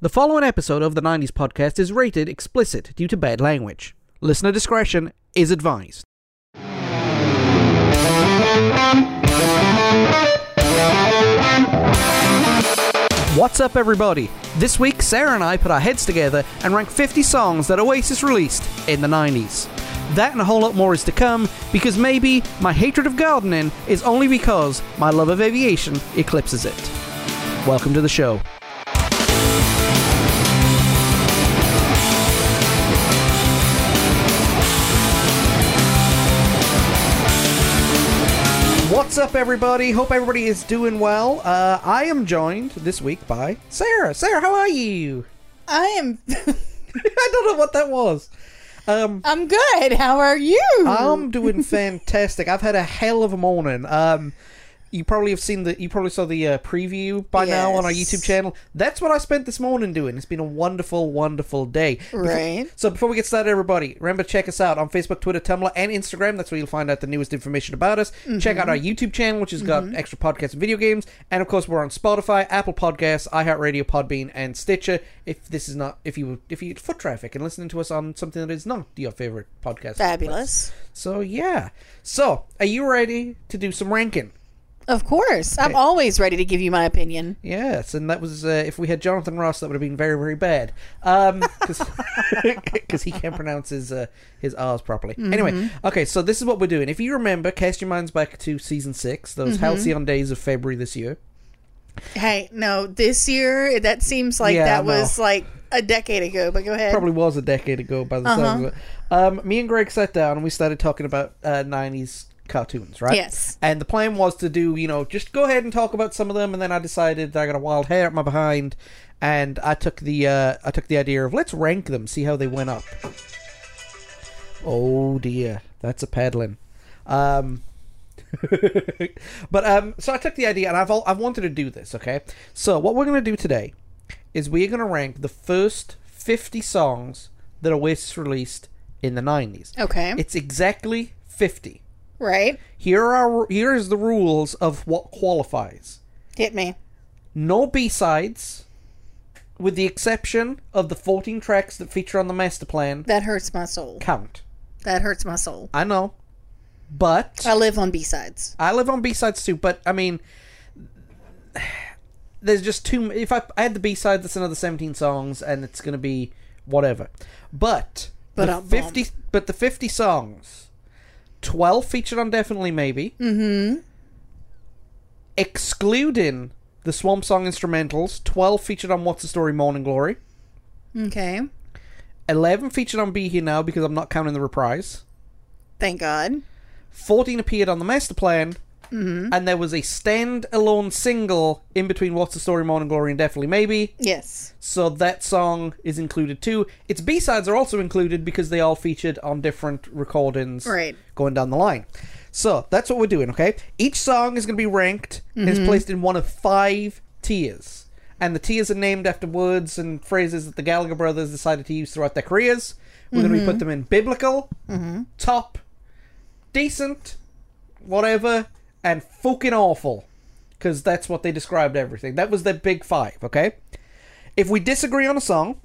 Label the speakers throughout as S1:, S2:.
S1: The following episode of the 90s podcast is rated explicit due to bad language. Listener discretion is advised. What's up, everybody? This week, Sarah and I put our heads together and ranked 50 songs that Oasis released in the 90s. That and a whole lot more is to come because maybe my hatred of gardening is only because my love of aviation eclipses it. Welcome to the show. What's up, everybody? Hope everybody is doing well. Uh, I am joined this week by Sarah. Sarah, how are you?
S2: I am.
S1: I don't know what that was. Um,
S2: I'm good. How are you?
S1: I'm doing fantastic. I've had a hell of a morning. Um, you probably have seen the. You probably saw the uh, preview by now on our
S2: Yes.
S1: YouTube channel. That's what I spent this morning doing. It's been a wonderful, wonderful day.
S2: Right.
S1: So before we get started, everybody, remember to check us out on Facebook, Twitter, Tumblr, and Instagram. That's where you'll find out the newest information about us.
S2: Mm-hmm.
S1: Check out our YouTube channel, which has got extra podcasts and video games, and of course, we're on Spotify, Apple Podcasts, iHeartRadio, Podbean, and Stitcher. If this is not, if you if you foot traffic and listening to us on something that is not your favorite podcast,
S2: Fabulous.
S1: So yeah. So are you ready to do some ranking?
S2: Of course. I'm always ready to give you my opinion.
S1: Yes, and that was uh, if we had Jonathan Ross, that would have been very, very bad, because he can't pronounce his uh, his R's properly. Anyway, okay, so this is what we're doing. If you remember, cast your minds back to season six, those halcyon days of February this year.
S2: Hey, no, this year, that seems like
S1: Yeah,
S2: that
S1: no.
S2: was like a decade ago, but go ahead.
S1: Probably was a decade ago by the sounds of it. Um, me and Greg sat down and we started talking about uh, '90s cartoons, right?
S2: Yes.
S1: And the plan was to do, you know, just go ahead and talk about some of them, and then I decided that I got a wild hair up my behind, and I took the uh, I took the idea of let's rank them, see how they went up. Oh dear, that's a peddling. Um, but um, so I took the idea, and I've al- I've wanted to do this. Okay, so what we're going to do today is we're going to rank the first fifty songs that Oasis released in the nineties.
S2: Okay.
S1: it's exactly fifty.
S2: right?
S1: Here are here is the rules of what qualifies.
S2: Hit me.
S1: No B sides, with the exception of the fourteen tracks that feature on the master plan
S2: That hurts my soul.
S1: count.
S2: That hurts my soul.
S1: I know, but
S2: I live on B sides.
S1: I live on B sides too, but I mean, there's just too. m- If I add the B side, that's another 17 songs, and it's gonna be whatever. But
S2: But
S1: the
S2: I'm
S1: 50, but the 50 songs, 12 featured on definitely maybe, mm-hmm. excluding the Swamp Song instrumentals, 12 featured on What's the Story, Morning Glory,
S2: Okay.
S1: 11 featured on Be Here Now because I'm not counting the reprise.
S2: Thank God.
S1: 14 appeared on the master plan, and there was a standalone single in between What's the Story, Morning Glory, and Definitely Maybe.
S2: Yes.
S1: So that song is included too. Its B sides are also included because they all featured on different recordings
S2: Right.
S1: going down the line. So that's what we're doing, okay? Each song is going to be ranked and is placed in one of five tiers. And the tiers are named after words and phrases that the Gallagher brothers decided to use throughout their careers. We're going to be put them in biblical, top, decent, whatever, and fucking awful. Because that's what they described everything. That was their big five, okay? If we disagree on a song,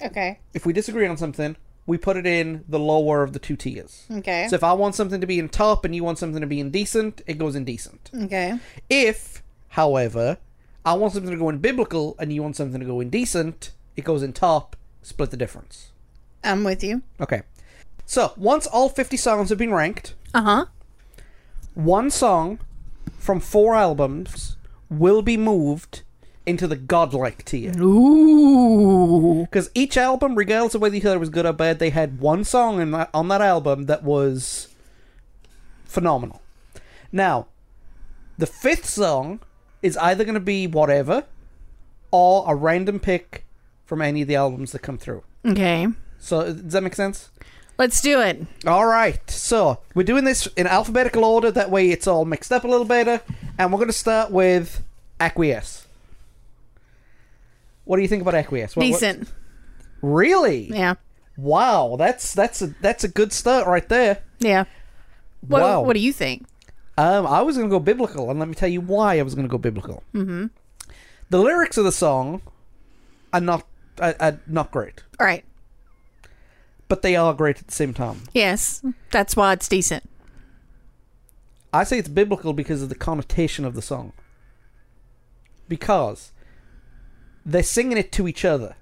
S2: Okay.
S1: if we disagree on something, we put it in the lower of the two tiers.
S2: Okay.
S1: So if I want something to be in top and you want something to be in decent, it goes in decent.
S2: okay.
S1: If, however, I want something to go in biblical and you want something to go in decent, it goes in top, split the difference.
S2: I'm with you.
S1: Okay. So once all 50 songs have been ranked,
S2: Uh huh.
S1: one song from four albums will be moved into the godlike tier.
S2: Ooh.
S1: Because each album, regardless of whether you thought it was good or bad, they had one song in that, on that album that was phenomenal. Now, the fifth song is either going to be whatever or a random pick from any of the albums that come through.
S2: Okay.
S1: So, does that make sense?
S2: Let's do it.
S1: All right, so we're doing this in alphabetical order. That way, it's all mixed up a little better. And we're going to start with acquiesce. What do you think about acquiesce? What- what-
S2: Decent.
S1: really?
S2: Yeah.
S1: Wow, that's that's a that's a good start right there.
S2: Yeah. What,
S1: wow.
S2: what do you think?
S1: um, I was going to go biblical, and let me tell you why I was going to go biblical. Mm-hmm. The lyrics of the song, are not are, are not great,
S2: All right.
S1: but they are great at the same time.
S2: Yes, that's why it's decent.
S1: I say it's biblical because of the connotation of the song. Because they're singing it to each other.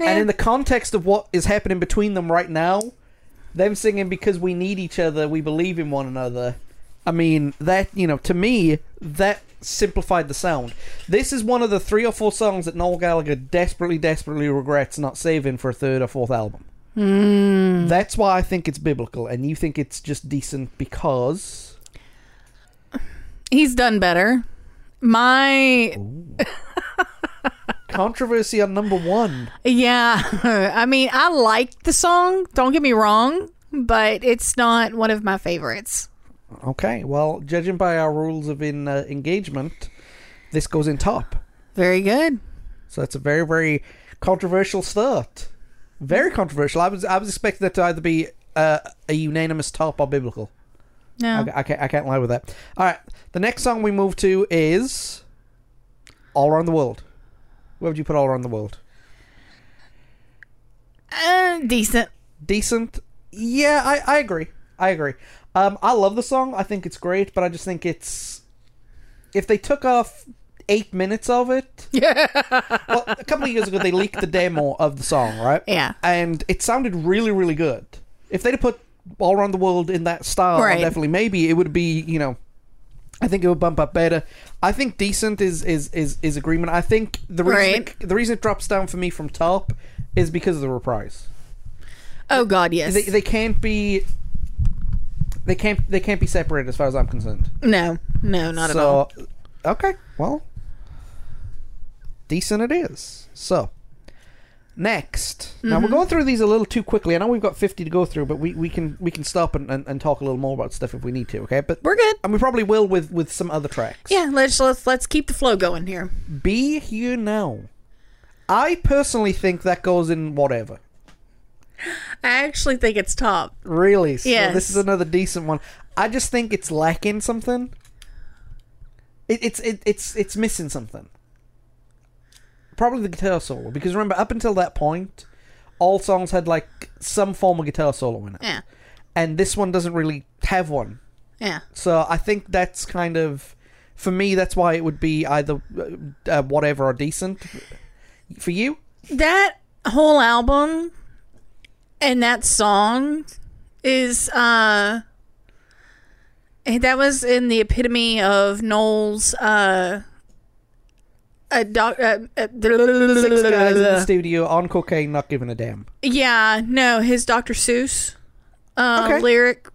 S1: And in the context of what is happening between them right now, them singing because we need each other, we believe in one another. I mean, that, you know, to me, that simplified the sound. This is one of the three or four songs that Noel Gallagher desperately, desperately regrets not saving for a third or fourth album. That's why I think it's biblical, and you think it's just decent because.
S2: He's done better. My
S1: Controversy on number one.
S2: yeah, I mean, I like the song. Don't get me wrong, but it's not one of my favorites.
S1: Okay, well, judging by our rules of in uh, engagement, this goes in top.
S2: Very good.
S1: So that's a very, very controversial start. Very controversial. I was, I was expecting that to either be uh, a unanimous top or biblical.
S2: No,
S1: I, I can't, I can't lie with that. All right, the next song we move to is "All Around the World." Where would you put "All Around the World"?
S2: uh, decent.
S1: decent. Yeah, I, I agree. I agree. Um, I love the song. I think it's great, but I just think it's if they took off eight minutes of it. Yeah. well, a couple of years ago, they leaked the demo of the song, right?
S2: Yeah.
S1: And it sounded really, really good. If they'd have put all around the world in that style,
S2: Right.
S1: definitely, maybe it would be, you know, I think it would bump up better. I think decent is is is, is agreement. I think the reason
S2: Right.
S1: it, the reason it drops down for me from top is because of the reprise
S2: Oh God, yes.
S1: they, they can't be they can't they can't be separated as far as I'm concerned.
S2: no, no, not
S1: so,
S2: at all.
S1: Okay, well, decent it is. So next, now we're
S2: Mm-hmm.
S1: going through these a little too quickly. I know we've got 50 to go through, but we, we can we can stop and, and, and talk a little more about stuff if we need to. Okay, but
S2: We're good.
S1: and we probably will with with some other tracks.
S2: Yeah, let's let's let's keep the flow going here.
S1: Be here now. I personally think that goes in whatever.
S2: I actually think it's top.
S1: Really? So
S2: Yes.
S1: this is another decent one. I just think it's lacking something. It, it's it, it's it's missing something. Probably the guitar solo because remember up until that point, all songs had like some form of guitar solo in it,
S2: Yeah,
S1: and this one doesn't really have one.
S2: yeah.
S1: So I think that's kind of, for me, that's why it would be either uh, uh, whatever or decent. For you,
S2: that whole album and that song is uh eh, that was in the epitome of Noel's uh a doc, uh, uh,
S1: six guys in the studio on cocaine, not giving a damn.
S2: yeah no his Dr. Seuss uh,
S1: Okay.
S2: lyric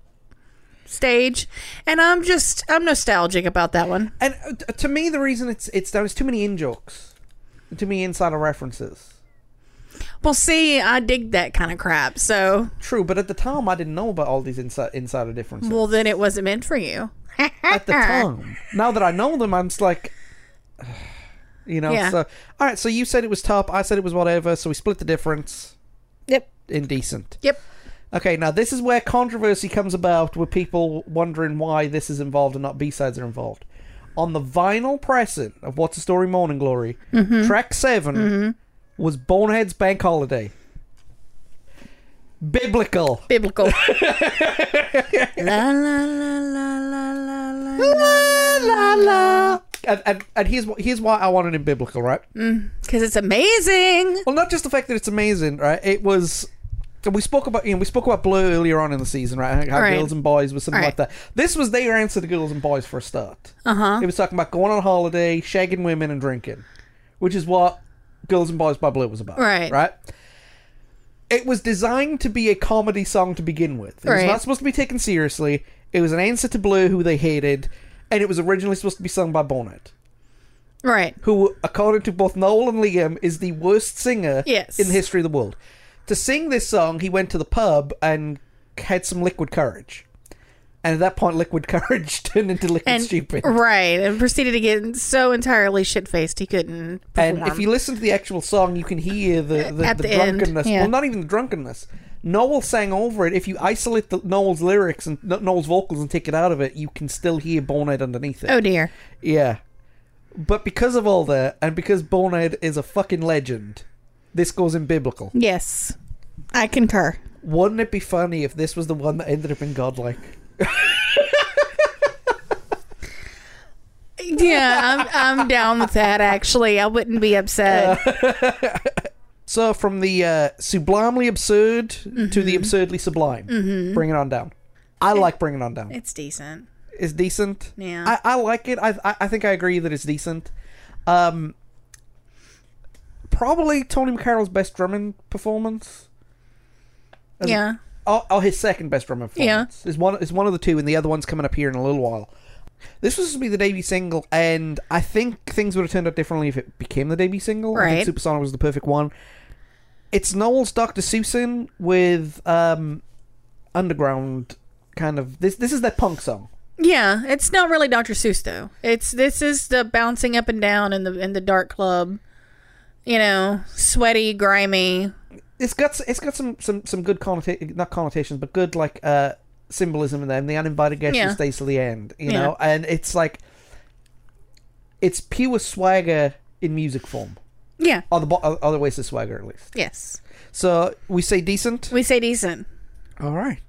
S2: stage and I'm just I'm nostalgic about that one
S1: And uh, t- to me, the reason it's it's there was too many in jokes, too many insider references.
S2: well see I dig that kind of crap so
S1: True, but at the time, I didn't know about all these insi- insider differences.
S2: well then it wasn't meant for you
S1: at the time, now that I know them, I'm just like, you know.
S2: Yeah.
S1: So all right, so you said it was top, I said it was whatever. So we split the difference.
S2: yep
S1: Indecent.
S2: yep
S1: Okay, now this is where controversy comes about, with people wondering why this is involved and not B sides are involved. On the vinyl pressing of What's the Story Morning Glory,
S2: Mm-hmm.
S1: track 7 was Bonehead's Bank Holiday. Biblical.
S2: biblical. La, la, la, la, la, la, la, la, la, la.
S1: And, and, and here's, wh- here's why I wanted it biblical, right?
S2: Because it's amazing.
S1: Well, not just the fact that it's amazing, right? It was. We spoke about you know we spoke about Blur earlier on in the season, right? How
S2: Right.
S1: girls and boys was something
S2: Right. Uh-huh.
S1: like that. This was their answer to girls and boys for a start. Uh huh. It was talking about going on holiday, shagging women, and drinking, which is what girls and boys by Blur was about.
S2: Right.
S1: Right. It was designed to be a comedy song to begin with. It was
S2: Right.
S1: not supposed to be taken seriously. It was an answer to Blur, who they hated, and it was originally supposed to be sung by Bonnet
S2: Right.
S1: who, according to both Noel and Liam, is the worst singer
S2: Yes.
S1: in the history of the world. To sing this song, he went to the pub and had some liquid courage. And at that point, liquid courage turned into liquid
S2: And
S1: stupid.
S2: right, and proceeded to get so entirely shit faced he couldn't perform.
S1: And if you listen to the actual song, you can hear the, the,
S2: At
S1: the,
S2: the end,
S1: drunkenness.
S2: yeah.
S1: Well, not even the drunkenness. Noel sang over it. If you isolate the, Noel's lyrics and Noel's vocals and take it out of it, you can still hear Bonehead underneath it.
S2: oh dear.
S1: Yeah. But because of all that, and because Bonehead is a fucking legend, this goes in biblical.
S2: Yes, I concur.
S1: Wouldn't it be funny if this was the one that ended up in Godlike?
S2: Yeah, I'm, I'm down with that. Actually, I wouldn't be upset.
S1: Uh. So from the uh, sublimely absurd to the absurdly sublime, bring it on down. I like bring Mm-hmm. it on down.
S2: it's decent.
S1: It's decent.
S2: Yeah.
S1: I, I like it. I, I I think I agree that it's decent. Um, probably Tony McCarroll's best drumming performance. Um,
S2: yeah.
S1: Oh, oh, his second best drumming
S2: Yeah.
S1: performance. Is one is one of the two, and the other one's coming up here in a little while. This was supposed to be the debut single, and I think things would have turned out differently if it became the debut single. I
S2: Right.
S1: think Supersonic was the perfect one. It's Noel's Dr. Seussen with um, underground kind of this. This is their punk song.
S2: Yeah, it's not really Dr. Seuss though. It's this is the bouncing up and down in the in the dark club, you know, sweaty, grimy.
S1: it's got s- it's got some some some good connota- not connotations but good like uh symbolism in there and the uninvited guest
S2: Yeah.
S1: who stays till the end you
S2: Yeah.
S1: know and it's like it's pure swagger in music form
S2: Yeah.
S1: or the bo- or other ways to swagger at least
S2: Yes.
S1: so we say decent
S2: We say decent.
S1: all right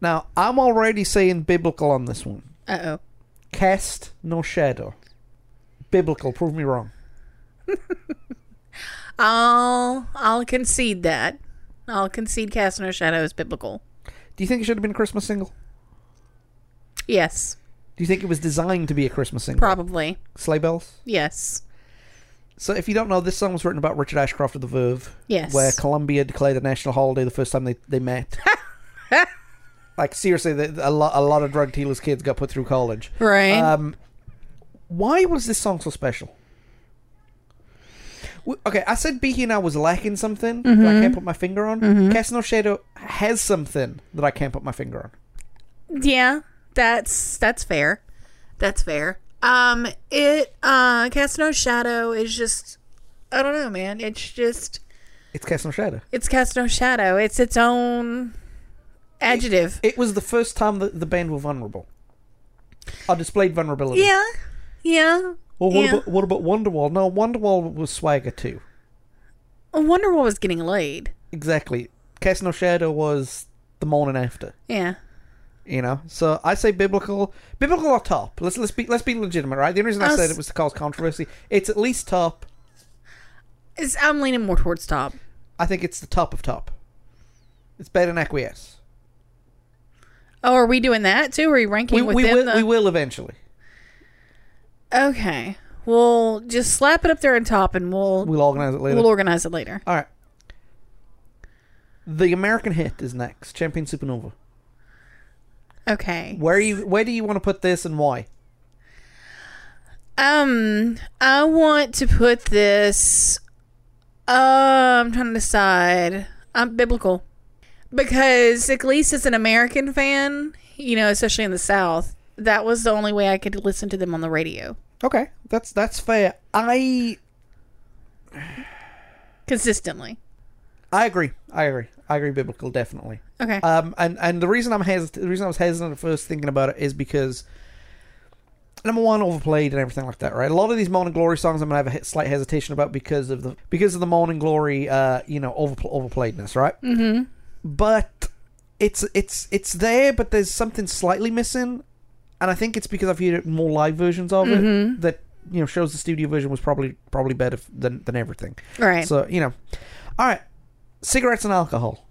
S1: now i'm already saying biblical on this one
S2: Uh oh.
S1: cast no shadow biblical prove me wrong
S2: I'll I'll concede that. I'll concede Cast No Shadow is biblical.
S1: do you think it should have been a christmas single
S2: Yes.
S1: do you think it was designed to be a christmas single
S2: Probably.
S1: sleigh bells
S2: Yes.
S1: So, if you don't know, this song was written about Richard Ashcroft of the Verve.
S2: Yes.
S1: Where Columbia declared a national holiday the first time they, they met. like, seriously, the, a, lot, a lot of drug dealers' kids got put through college.
S2: Right.
S1: Um, why was this song so special? W- Okay, I said Be Here Now was lacking something that
S2: Mm-hmm.
S1: I can't put my finger on. Cast No Shadow has something that I can't put my finger on.
S2: Yeah, that's that's fair. That's fair. Um it uh Cast No Shadow is just I don't know, man. It's just
S1: It's Cast No Shadow.
S2: it's Cast No Shadow. It's its own adjective.
S1: It was the first time that the band were vulnerable. Or displayed vulnerability.
S2: yeah. Yeah.
S1: Well, what
S2: Yeah.
S1: about what about Wonderwall? No, Wonderwall was swagger too.
S2: I wonder what was getting laid.
S1: Exactly. Cast No Shadow was the morning after.
S2: Yeah.
S1: You know, so I say biblical, biblical or top. Let's let's be let's be legitimate, right? The only reason I
S2: Us-
S1: said it was to cause controversy. It's at least top.
S2: It's, I'm leaning more towards top.
S1: I think it's the top of top. It's better than acquiesce.
S2: Oh, are we doing that too? Are we ranking
S1: We, we
S2: within
S1: will
S2: the
S1: we will eventually.
S2: Okay. We'll just slap it up there on top and we'll
S1: We'll organize it later.
S2: we'll organize it later.
S1: All right. The American hit is next. Champion Supernova.
S2: Okay.
S1: Where you where do you want to put this and why?
S2: Um, I want to put this. Uh, I'm trying to decide. I'm biblical because at least as an American fan, you know, especially in the South, that was the only way I could listen to them on the radio
S1: Okay, that's that's fair. I
S2: consistently.
S1: I agree. I agree. I agree. Biblical, definitely.
S2: Okay.
S1: Um, and and the reason I'm hesit- the reason I was hesitant at first thinking about it is because number one, overplayed and everything like that, right? A lot of these Morning Glory songs, I'm gonna have a he- slight hesitation about because of the because of the Morning Glory, uh, you know, over overplayedness, right? Mm-hmm. But it's it's it's there, but there's something slightly missing, and I think it's because I've heard more live versions of
S2: Mm-hmm.
S1: it that you know shows the studio version was probably probably better f- than than everything.
S2: right.
S1: So you know, all right, cigarettes and alcohol,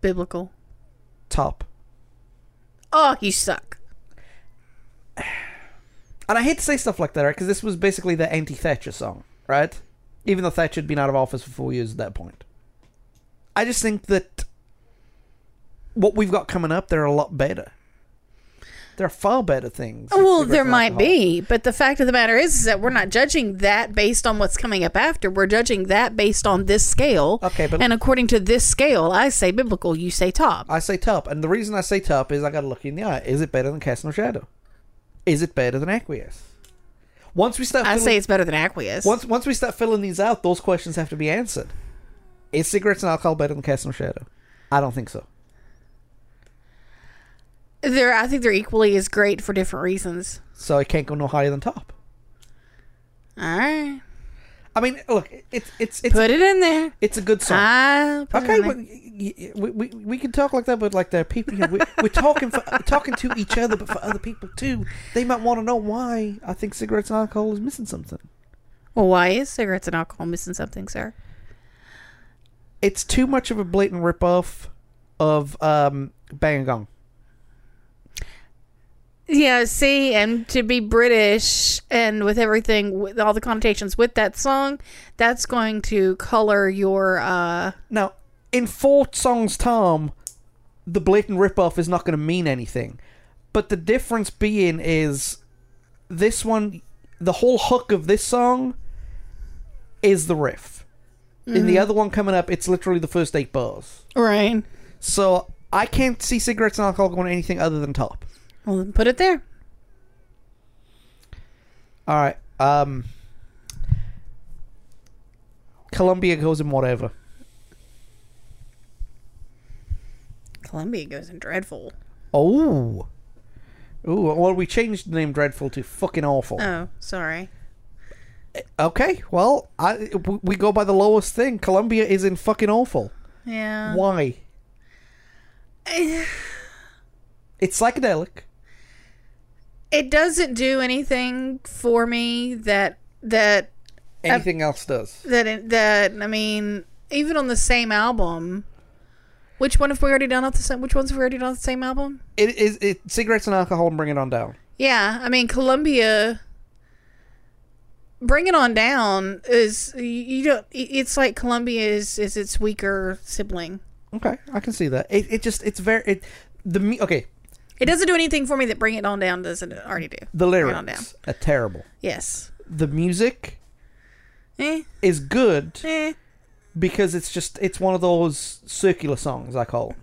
S2: biblical.
S1: top.
S2: Oh, you suck.
S1: And I hate to say stuff like that, right? Because this was basically the anti-Thatcher song, right? Even though Thatcher had been out of office for four years at that point. I just think that what we've got coming up, they're a lot better. There are far better things. than
S2: Well,
S1: cigarettes
S2: there
S1: and
S2: might
S1: alcohol.
S2: be, but the fact of the matter is, is that we're not judging that based on what's coming up after. We're judging that based on this scale.
S1: Okay, but-
S2: and according to this scale, I say biblical, you say top.
S1: I say top, and the reason I say top is I got to look you in the eye. Is it better than Cast No Shadow? Is it better than Acquiesce? Once we start,
S2: I
S1: filling-
S2: say it's better than aqueous.
S1: once once we start filling these out, those questions have to be answered. Is cigarettes and alcohol better than Cast No Shadow? I don't think so.
S2: They're I think they're equally as great for different reasons.
S1: so it can't go no higher than top.
S2: All right,
S1: I mean, look, it's it's it's
S2: put it in there.
S1: it's a good song.
S2: I put it
S1: Okay,
S2: in there.
S1: but y- y- we, we, we can talk like that, but like the people, you know, we, we're talking for talking to each other, but for other people too. They might want to know why I think cigarettes and alcohol is missing something.
S2: Well, why is cigarettes and alcohol missing something, sir?
S1: It's too much of a blatant ripoff of um, Bang and Gong.
S2: Yeah, see, and to be British and with everything, with all the connotations with that song, that's going to color your. uh
S1: Now, in four songs' time, the blatant ripoff is not going to mean anything. But the difference being is this one, the whole hook of this song is the riff. In the other one coming up, it's literally the first eight bars.
S2: Right.
S1: So I can't see cigarettes and alcohol going anything other than top.
S2: Well, then put it there.
S1: All right. Um, Columbia goes in whatever.
S2: Columbia goes in dreadful.
S1: Oh. Ooh, well, we changed the name Dreadful to fucking awful.
S2: Oh, sorry.
S1: Okay, well, I w- we go by the lowest thing. Colombia is in fucking awful.
S2: Yeah.
S1: Why? It's psychedelic.
S2: It doesn't do anything for me that that Um,
S1: Anything else does?
S2: that it- that I mean, even on the same album. Which one have we already done off the same? Which ones have we already done off the same album?
S1: It is it, cigarettes and alcohol and bring it on down.
S2: Yeah, I mean Columbia. Bring It On Down is you- you don't. it- It's like Columbia is is its weaker sibling.
S1: Okay, I can see that. It, it just it's very it the me okay
S2: It doesn't do anything for me that Bring It On Down doesn't already do.
S1: the
S2: Bring It On Down.
S1: lyrics are terrible.
S2: Yes.
S1: The music
S2: Eh,
S1: is good
S2: eh.
S1: because it's just it's one of those circular songs I call. 'em.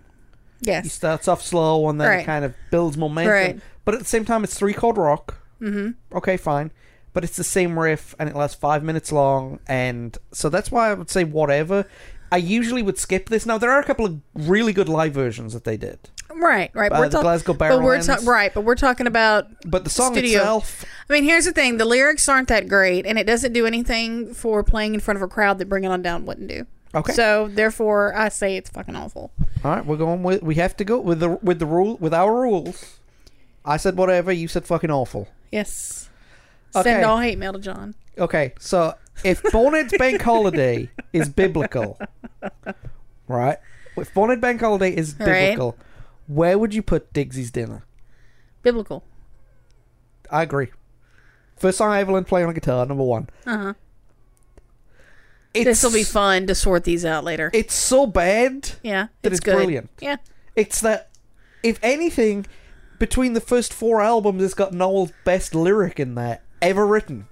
S1: It
S2: Yes.
S1: starts off slow and then it
S2: Right.
S1: kind of builds momentum.
S2: Right.
S1: But at the same time, it's three chord rock. Mm-hmm. Okay, fine. But it's the same riff and it lasts five minutes long. And so that's why I would say whatever. I usually would skip this. Now, there are a couple of really good live versions that they did.
S2: Right. Right.
S1: Uh,
S2: we're
S1: the
S2: talk-
S1: Glasgow
S2: but we're
S1: Barrowlands.
S2: ta- right. But we're talking about.
S1: But the song
S2: Studio.
S1: itself,
S2: I mean, here's the thing: the lyrics aren't that great, and it doesn't do anything for playing in front of a crowd that Bring It On Down wouldn't do.
S1: Okay.
S2: So therefore, I say it's fucking awful.
S1: all right, we're going with, we have to go with the, with the rule, with our rules. I said whatever, you said fucking awful.
S2: Yes.
S1: Okay.
S2: Send all hate mail to John.
S1: Okay, so if Bonnet Bank Holiday is biblical, right? If Bonnet Bank Holiday is
S2: All right.
S1: biblical, where would you put Diggsy's Dinner?
S2: Biblical.
S1: I agree. First song I ever learned to play on a guitar, number one.
S2: Uh huh.
S1: It's,
S2: This will be fun to sort these out later.
S1: It's so bad.
S2: yeah,
S1: That
S2: it's
S1: is
S2: good.
S1: brilliant.
S2: Yeah,
S1: It's that, if anything, between the first four albums, it's got Noel's best lyric in there ever written.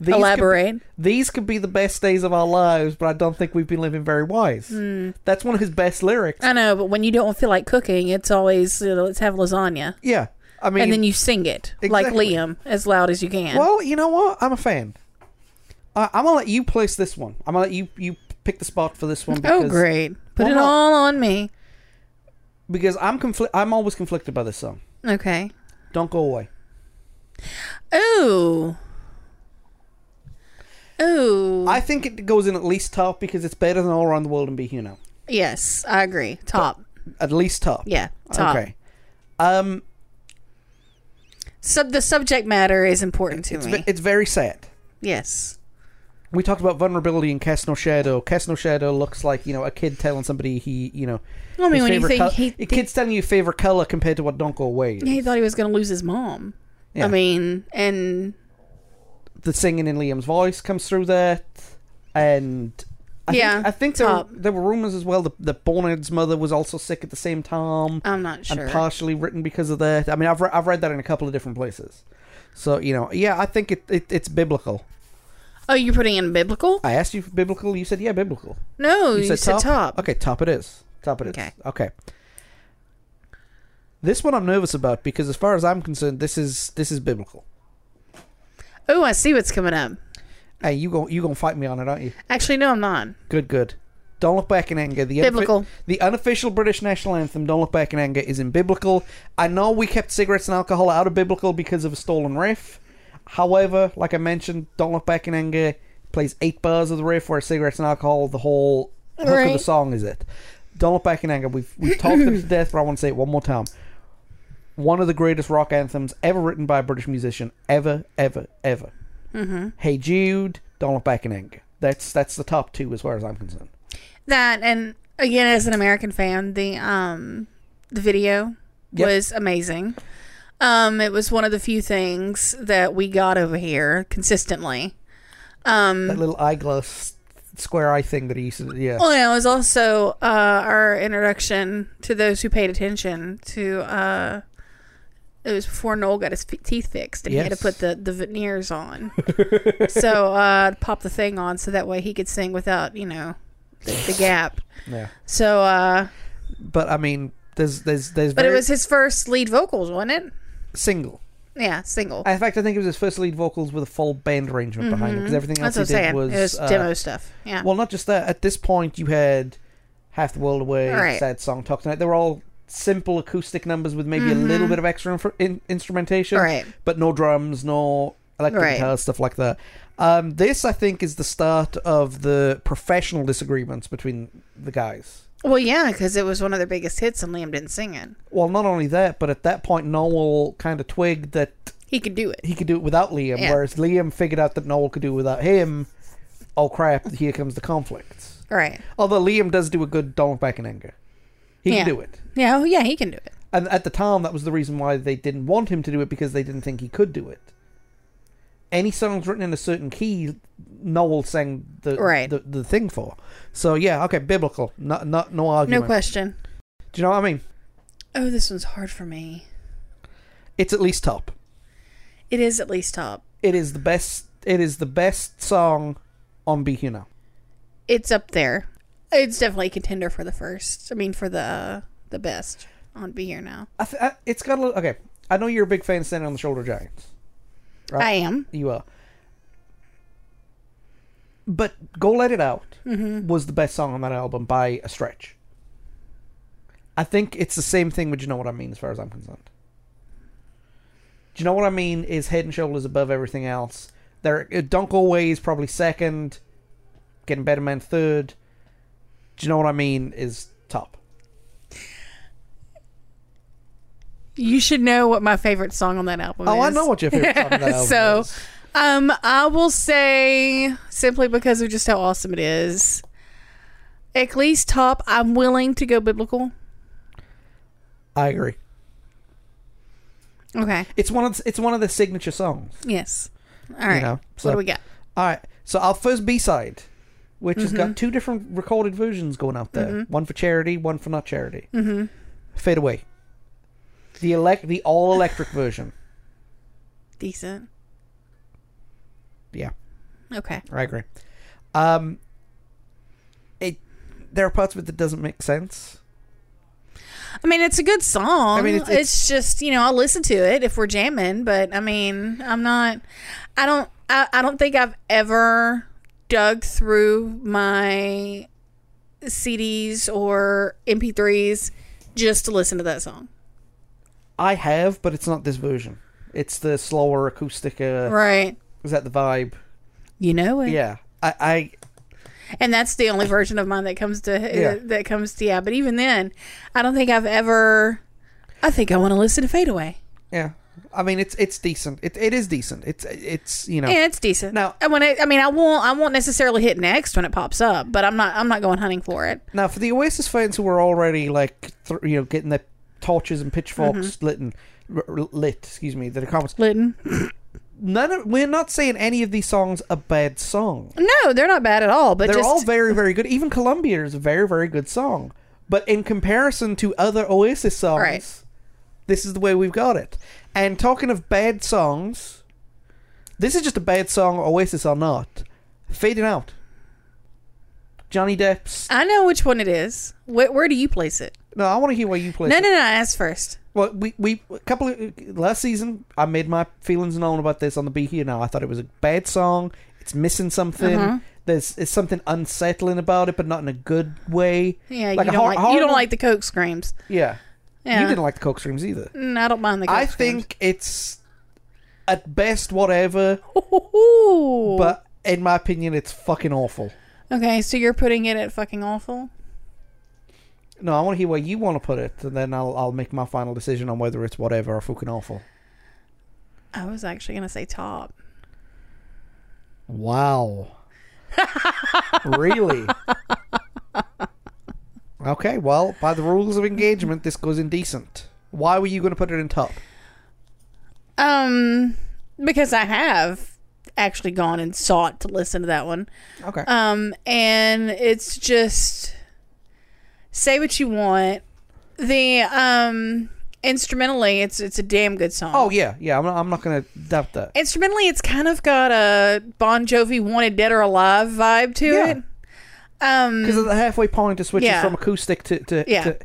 S1: These could be-
S2: elaborate.
S1: These could be the best days of our lives, but I don't think we've been living very wise.
S2: Hmm.
S1: That's one of his best lyrics.
S2: I know, but when you don't feel like cooking, it's always you know, let's have lasagna,
S1: Yeah. I mean,
S2: and then you sing it like
S1: Exactly.
S2: Liam as loud as you can.
S1: well, you know what? I'm a fan. I, I'm gonna let you place this one. I'm gonna let you you pick the spot for this one. Because,
S2: oh, great! Put
S1: Why
S2: it
S1: not?
S2: all on me.
S1: Because I'm confli- I'm always conflicted by this song.
S2: Okay.
S1: Don't go away.
S2: Ooh. Ooh.
S1: I think it goes in at least top because it's better than all around the world and be here now.
S2: yes, I agree. Top.
S1: At least top.
S2: yeah, top.
S1: Okay. Um,
S2: Sub the subject matter is important to
S1: it's,
S2: me.
S1: ve- it's very sad.
S2: yes.
S1: We talked about vulnerability in Cast No Shadow. Cast No Shadow looks like you know a kid telling somebody he you know.
S2: Well, I
S1: his
S2: mean, when you
S1: favorite
S2: think
S1: col-
S2: he-
S1: a kid's telling you favorite color compared to what Don't Go Away. is.
S2: He thought he was going to lose his mom.
S1: Yeah.
S2: I mean, and
S1: the singing in Liam's voice comes through that, and I
S2: Yeah,
S1: think, I think there, were,
S2: top.
S1: there were rumors as well that, that Barnard's mother was also sick at the same time,
S2: I'm not Oh, sure.
S1: and partially written because of that. I mean, I've re- I've read that in a couple of different places, so you know, yeah, I think it, it it's biblical.
S2: oh, you're putting in biblical?
S1: I asked you for biblical, you said yeah, biblical.
S2: No, Oh, you, said, top.
S1: Okay, top it is. Top it is.
S2: Okay.
S1: Okay. This one I'm nervous about because, as far as I'm concerned, this is this is biblical.
S2: Oh, I see what's coming up.
S1: Hey, you go you gonna fight me on it, aren't you?
S2: Actually, no, I'm not.
S1: Good, good. Don't Look Back in Anger. The unoffi-
S2: Biblical.
S1: the unofficial British national anthem, Don't Look Back in Anger, is in biblical. I know we kept cigarettes and alcohol out of biblical because of a stolen riff. However, like I mentioned, Don't Look Back in Anger plays eight bars of the riff, where cigarettes and alcohol, the whole hook of the
S2: Right.
S1: song is it. Don't Look Back in Anger. We've, we've talked them to death, but I want to say it one more time. One of the greatest rock anthems ever written by a British musician, ever, ever, ever. Mm-hmm. Hey Jude, Don't Look Back in Anger. That's that's the top two as far as I'm concerned.
S2: That and again, as an American fan, the um the video
S1: Yep.
S2: was amazing. Um, it was one of the few things that we got over here consistently. Um,
S1: That little eyeglass square eye thing that he used to yeah.
S2: well, and it was also uh, our introduction to those who paid attention to. Uh, it was before Noel got his f- teeth fixed, and he had
S1: Yes.
S2: to put the, the veneers on. so uh, pop the thing on, so that way he could sing without you know the, the gap.
S1: Yeah.
S2: So. Uh,
S1: But I mean there's there's there's
S2: But it
S1: very
S2: was his first lead vocals, wasn't it?
S1: single.
S2: Yeah, single.
S1: In fact I think it was his first lead vocals with a full band arrangement behind it because everything else
S2: Mm-hmm. That's
S1: he
S2: what
S1: did
S2: I'm saying.
S1: was,
S2: it was
S1: uh,
S2: demo stuff. Yeah.
S1: Well not just that, at this point you had Half the World Away,
S2: Right.
S1: Sad Song Talk Tonight. They were all simple acoustic numbers with maybe a little bit of extra inf- in- instrumentation.
S2: Mm-hmm. Right.
S1: but no drums, no electric
S2: Right.
S1: guitar, stuff like that. Um, this, I think, is the start of the professional disagreements between the guys.
S2: Well, yeah, because it was one of their biggest hits, and Liam didn't sing it.
S1: Well, not only that, but at that point, Noel kind of twigged that
S2: He could do it.
S1: he could do it without Liam,
S2: Yeah.
S1: whereas Liam figured out that Noel could do it without him. Oh crap! Here comes the conflict.
S2: Right.
S1: Although Liam does do a good "Don't Look Back in Anger," he
S2: Yeah.
S1: can do it.
S2: Yeah. Oh, yeah. He can do it.
S1: And at the time, that was the reason why they didn't want him to do it because they didn't think he could do it. Any songs written in a certain key, Noel sang the
S2: Right.
S1: the, the thing for. So yeah, okay, biblical, not not no argument.
S2: No question.
S1: Do you know what I mean?
S2: Oh, this one's hard for me.
S1: It's at least top.
S2: It is at least top.
S1: It is the best. It is the best song on Be Here Now.
S2: It's up there. It's definitely a contender for the first. I mean, for the uh, the best on Be Here Now.
S1: I th- I, it's got a little, okay. I know you're a big fan of Standing on the Shoulder of Giants. Right.
S2: I am.
S1: You are. But Go Let It Out
S2: Mm-hmm.
S1: was the best song on that album by a stretch. I think it's the same thing, but you know what I mean as far as I'm concerned. Do you know what I mean? Is head and shoulders above everything else. There, uh, Don't Go Away is probably second. Getting Better Man third. Do you know what I mean? Is top.
S2: You should know what my favorite song on that album is.
S1: Oh, I know what your favorite song on that album
S2: So-
S1: is.
S2: Um, I will say simply because of just how awesome it is. At least top, I'm willing to go biblical.
S1: I agree.
S2: Okay.
S1: It's one of it's one of the signature songs.
S2: Yes. All right.
S1: know,
S2: what
S1: so-
S2: do we got?
S1: All right. So our first B side, which has got two different recorded versions going out there, one for charity, one for not charity. Mm-hmm. Fade away. The elect, the all electric version.
S2: Decent.
S1: Yeah,
S2: Okay.
S1: I agree. Um, it there are parts of it that doesn't make sense.
S2: I mean, it's a good
S1: I
S2: song. I
S1: mean,
S2: mean,
S1: it's- it's-
S2: it's, just you know I'll listen to it if we're jamming, but I mean I'm not. I don't. I, I don't think I've ever dug through my CDs or MP3s just to listen to that song.
S1: I have, but it's not this version. It's the slower acoustic. Uh,
S2: Right.
S1: Is that the vibe?
S2: You know it.
S1: Yeah. I, I
S2: And that's the only version of mine that comes to uh,
S1: Yeah.
S2: that comes to yeah. But even then, I don't think I've ever. I think I want to listen to Fade Away.
S1: yeah. I mean, it's it's decent. It it is decent. It's it's you know.
S2: Yeah, it's decent.
S1: Now-
S2: and when I, I mean, I won't, I won't necessarily hit next when it pops up, but I'm not, I'm not going hunting for it.
S1: Now, for the Oasis fans who were already like, th- you know, getting their torches and pitchforks
S2: Mm-hmm.
S1: lit and r- r- lit, excuse me, the comments.
S2: Lytton.
S1: None of we're not saying any of these songs are bad songs.
S2: No, they're not bad at all. But
S1: They're
S2: just,
S1: all very, very good. Even Columbia is a very, very good song. But in comparison to other Oasis songs,
S2: Right.
S1: this is the way we've got it. And talking of bad songs, this is just a bad song, Oasis or not. Fading out. Johnny Depp's.
S2: I know which one it is. Where, where do you place it?
S1: No, I want to hear where you play.
S2: No, no, no. I asked first.
S1: Well, we we a couple of last season, I
S2: Uh-huh.
S1: made my feelings known about this on the Be Here Now. I thought it was a bad song. It's missing something. there's it's something unsettling about it, but not in a good way.
S2: Yeah,
S1: Like
S2: you
S1: a
S2: don't
S1: har-
S2: like you
S1: horrible-
S2: don't like the Coke screams.
S1: Yeah,
S2: Yeah,
S1: you didn't like the Coke Screams either.
S2: Mm, I don't mind the. Coke
S1: I
S2: screams.
S1: think it's at best whatever,
S2: Ooh.
S1: but in my opinion, it's fucking awful.
S2: okay, so you're putting it at fucking awful.
S1: No, I want to hear where you want to put it, and then I'll I'll make my final decision on whether it's whatever or fucking awful.
S2: I was actually gonna say top.
S1: Wow. really? Okay, well, by the rules of engagement, this goes indecent. Why were you going to put it in top?
S2: Um, because I have actually gone and sought to listen to that one.
S1: Okay.
S2: Um, and it's just say what you want. The um instrumentally, it's it's a damn good song.
S1: oh, yeah, yeah, I'm not, I'm not going to doubt that.
S2: instrumentally, it's kind of got a Bon Jovi "Wanted Dead or Alive" vibe to
S1: Yeah.
S2: it. Um,
S1: Because at the halfway point, it switches
S2: Yeah.
S1: from acoustic to. to,
S2: Yeah.
S1: to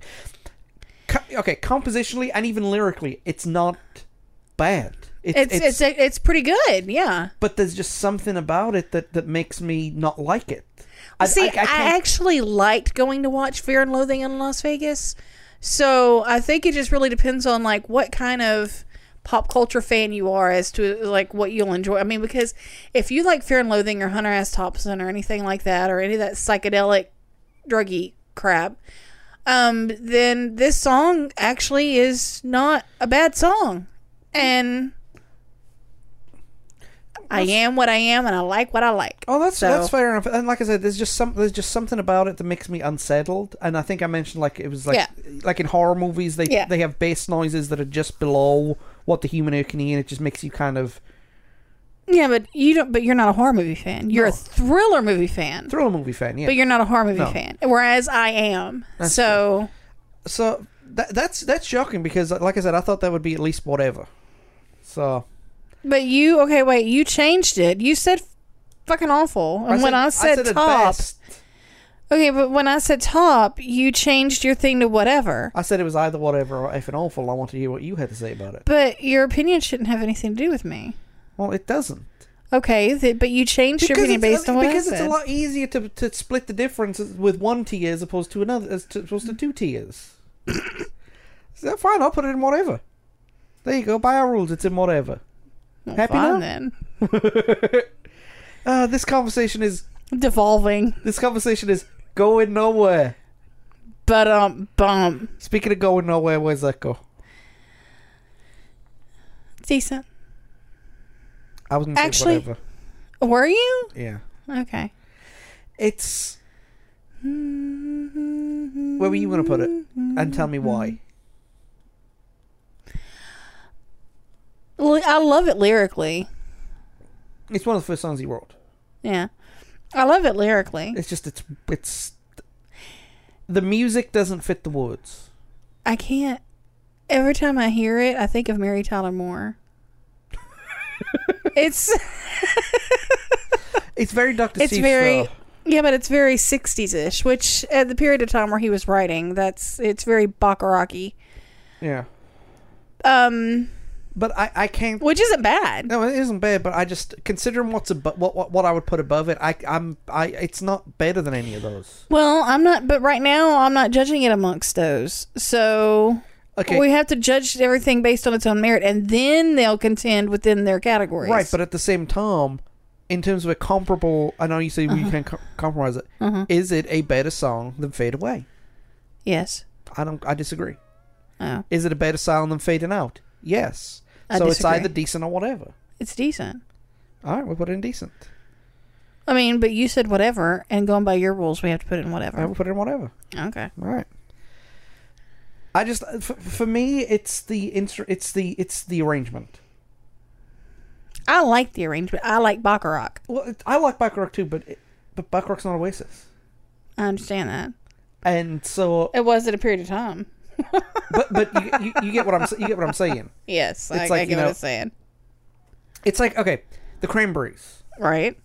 S1: Co- okay, compositionally and even lyrically, it's not bad. It,
S2: it's it's it's, it's pretty good. Yeah.
S1: but there's just something about it that, that makes me not like it. I,
S2: See, I,
S1: can't-
S2: actually liked going to watch Fear and Loathing in Las Vegas. So I think it just really depends on like what kind of pop culture fan you are as to like what you'll enjoy. I mean, because if you like Fear and Loathing or Hunter S. Thompson or anything like that or any of that psychedelic druggy crap, um, then this song actually is not a bad song. And I am what I am and I like what I like.
S1: Oh, that's
S2: So-
S1: that's fair enough. And like I said, there's just some there's just something about it that makes me unsettled. And I think I mentioned like it was like
S2: Yeah.
S1: like in horror movies they
S2: Yeah.
S1: they have bass noises that are just below what the human ear can hear, and it just makes you kind of
S2: Yeah, but you don't. But you're not a horror movie fan. You're a thriller movie fan,
S1: thriller movie fan. Yeah.
S2: but you're not a horror movie
S1: No.
S2: fan. Whereas I am. so
S1: so that, that's that's shocking because like I said, I thought that would be at least whatever. So
S2: but you okay? Wait, you changed it. You said fucking awful, and when I said,
S1: at
S2: top,
S1: best,
S2: okay, but when I said top, you changed your thing to whatever.
S1: I said it was either whatever or effing awful. I wanted to hear what you had to say about it.
S2: But your opinion shouldn't have anything to do with me.
S1: Well, it doesn't.
S2: Okay, th- but you changed your opinion
S1: it's-
S2: based on what
S1: because
S2: I
S1: it's
S2: said.
S1: a lot easier to, to split the difference with one tier as opposed to another as to, opposed to two tiers. so fine, I'll put it in whatever. There you go. By our rules, it's in whatever.
S2: Well,
S1: happy now?
S2: fine then.
S1: Uh, this conversation is
S2: Devolving,
S1: this conversation is going nowhere.
S2: but um, bump,
S1: Speaking of going nowhere, where's that go?
S2: decent.
S1: I was gonna say
S2: Actually-
S1: whatever.
S2: Were you
S1: Yeah,
S2: okay?
S1: it's where were you gonna put it, and tell me why.
S2: Mm-hmm. Li- I love it lyrically.
S1: It's one of the first songs he wrote.
S2: Yeah. I love it lyrically.
S1: It's just it's it's the music doesn't fit the words.
S2: I can't. Every time I hear it, I think of Mary Tyler Moore. it's
S1: It's very Doctor.
S2: it's very yeah, but it's very sixties ish, which at the period of time where he was writing, that's it's very Bacharach-y.
S1: yeah.
S2: Um,
S1: But I, I can't.
S2: which isn't bad.
S1: No, it isn't bad. But I just considering what's above what, what what I would put above it. I I'm I. It's not better than any of those.
S2: Well, I'm not, but right now I'm not judging it amongst those. So
S1: Okay.
S2: we have to judge everything based on its own merit, and then they'll contend within their categories.
S1: right, but at the same time, in terms of a comparable, I know you say
S2: Uh-huh.
S1: we can co- compromise it. Is it a better song than Fade Away?
S2: yes.
S1: I don't. I disagree.
S2: Oh,
S1: Is it a better song than Fading Out? Yes.
S2: I
S1: so
S2: disagree.
S1: it's either decent or whatever.
S2: it's decent.
S1: All right, we put it in decent.
S2: I mean, but you said whatever, and going by your rules, we have to put in
S1: I
S2: whatever.
S1: will put it in whatever.
S2: Okay.
S1: All right. I just for, for me it's the instru- it's the it's the arrangement.
S2: I like the arrangement. I like Bacharach.
S1: Well, it, I like Buckrock too, but it, but Buckrock's not Oasis,
S2: I understand that.
S1: and so
S2: It was at a period of time.
S1: but but you, you, you get what I'm s- you get what I'm saying.
S2: Yes, I,
S1: It's like,
S2: I
S1: you
S2: get what
S1: know-
S2: I'm saying.
S1: It's like okay, the Cranberries.
S2: Right?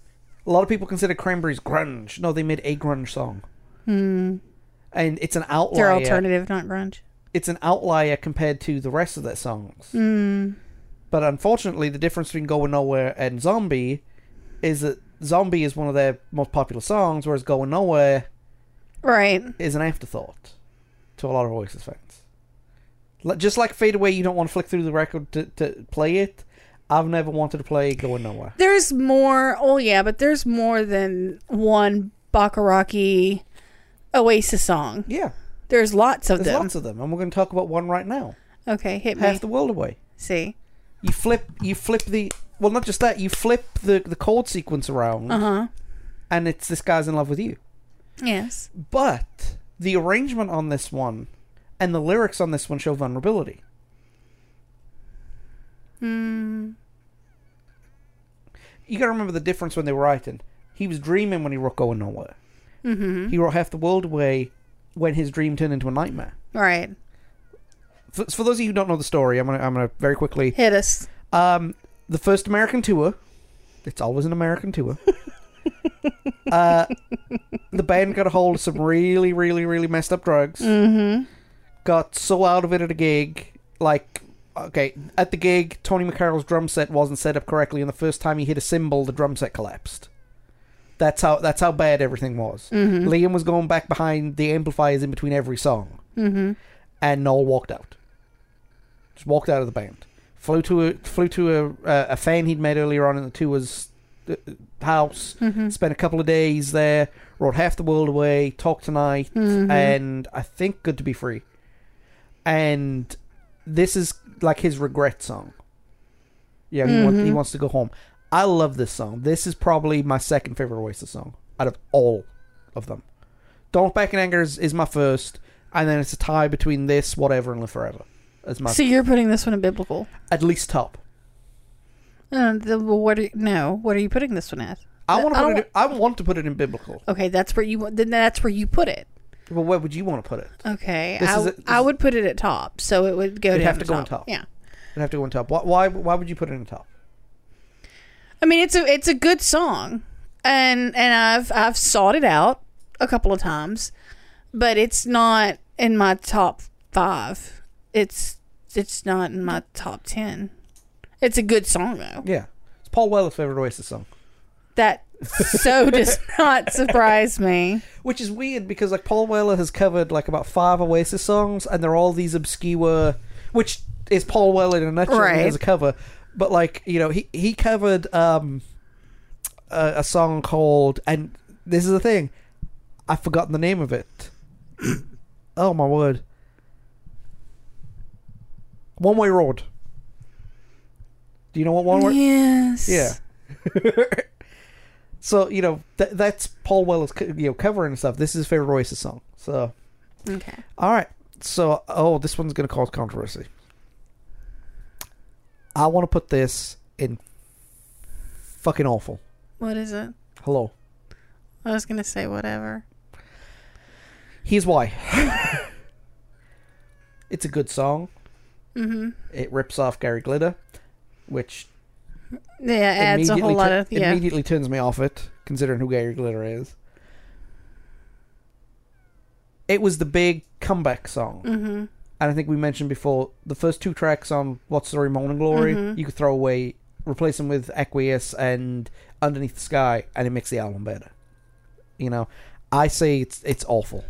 S1: A lot of people consider Cranberries grunge. No, they made a grunge song, hmm. and it's an
S2: They're
S1: outlier.
S2: alternative, not grunge.
S1: it's an outlier compared to the rest of their songs.
S2: Hmm.
S1: Mm. But unfortunately, the difference between Going Nowhere and Zombie is that Zombie is one of their most popular songs, whereas Going Nowhere
S2: Right.
S1: is an afterthought to a lot of Oasis fans. Li- Just like Fade Away, you don't want to flick through the record to, to play it. I've never wanted to play Going Nowhere.
S2: There's more. Oh yeah, but there's more than one Bakaraki Oasis song.
S1: Yeah,
S2: There's lots of
S1: there's
S2: them.
S1: lots of them, and we're going to talk about one right now.
S2: okay, hit me.
S1: Half the world away.
S2: See.
S1: You flip, you flip the. Well, not just that. You flip the the chord sequence around,
S2: Uh huh.
S1: and it's this guy's in love with you.
S2: Yes.
S1: But the arrangement on this one and the lyrics on this one show vulnerability.
S2: Hmm.
S1: You gotta remember the difference when they were writing. He was dreaming when he wrote Going Nowhere.
S2: Mm-hmm.
S1: He wrote Half the World Away when his dream turned into a nightmare.
S2: Right.
S1: For, for those of you who don't know the story, I'm gonna, I'm gonna very quickly.
S2: Hit us.
S1: Um, the first American tour, it's always an American tour. uh, the band got a hold of some really, really, really messed up drugs.
S2: Mm-hmm.
S1: got so out of it at a gig. Like, okay, at the gig, Tony McCarroll's drum set wasn't set up correctly, and the first time he hit a cymbal, the drum set collapsed. That's how that's how bad everything was. Liam was going back behind the amplifiers in between every song,
S2: Mm-hmm.
S1: and Noel walked out. Just walked out of the band. Flew to a flew to a uh, a fan he'd met earlier on in the tour's uh, house.
S2: Mm-hmm.
S1: Spent a couple of days there. Wrote half the world away. Talked tonight
S2: Mhm.
S1: and I think Good to Be Free. And this is like his regret song. Yeah, he, want- he
S2: Mhm.
S1: wants to go home. I love this song. This is probably my second favorite Oasis song out of all of them. Don't Look Back in Anger is, is my first, and then it's a tie between this, Whatever, and Live Forever. As my
S2: So you're putting this one in biblical.
S1: at least top.
S2: Uh, the, well, what? Are you, no. What are you putting this one at?
S1: I
S2: No,
S1: want to
S2: I
S1: put
S2: don't
S1: it. In, I want to put it in biblical.
S2: Okay, that's where you. want- Then that's where you put it.
S1: But where would you want to put it?
S2: Okay,
S1: This
S2: I,
S1: is a-
S2: w- I would put it at top, so it would go.
S1: It'd
S2: down
S1: have to go on top.
S2: Yeah,
S1: I'd have to go in top. Why? Why, why would you put it in top?
S2: I mean it's a it's a good song, and and I've I've sought it out a couple of times, but it's not in my top five. It's it's not in my top ten. It's a good song though.
S1: Yeah, it's Paul Weller's favorite Oasis song.
S2: That so does not surprise me.
S1: Which is weird because like Paul Weller has covered like about five Oasis songs, and they're all these obscure, which is Paul Weller in a nutshell
S2: Right.
S1: as a cover. But like you know, he he covered um a, a song called, and this is the thing, I've forgotten the name of it. oh my word! One way road. Do you know what one way?
S2: Yes.
S1: Yeah. so you know th- that's Paul Weller's co- you know covering and stuff. This is his favorite Oasis song. So
S2: Okay.
S1: all right. So oh, this one's going to cause controversy. I want to put this in fucking awful.
S2: What is it?
S1: Hello.
S2: I was gonna say whatever.
S1: Here's why. it's a good song.
S2: Mm-hmm.
S1: It rips off Gary Glitter, which
S2: Yeah, adds a
S1: immediately
S2: whole lot
S1: tu-
S2: of yeah.
S1: immediately turns me off it, considering who Gary Glitter is. It was the big comeback song,
S2: Mm-hmm.
S1: and I think we mentioned before the first two tracks on "What's the Story Morning Glory"
S2: Mhm.
S1: you could throw away, replace them with "Acquiesce" and "Underneath the Sky," and it makes the album better. You know, I say it's it's awful,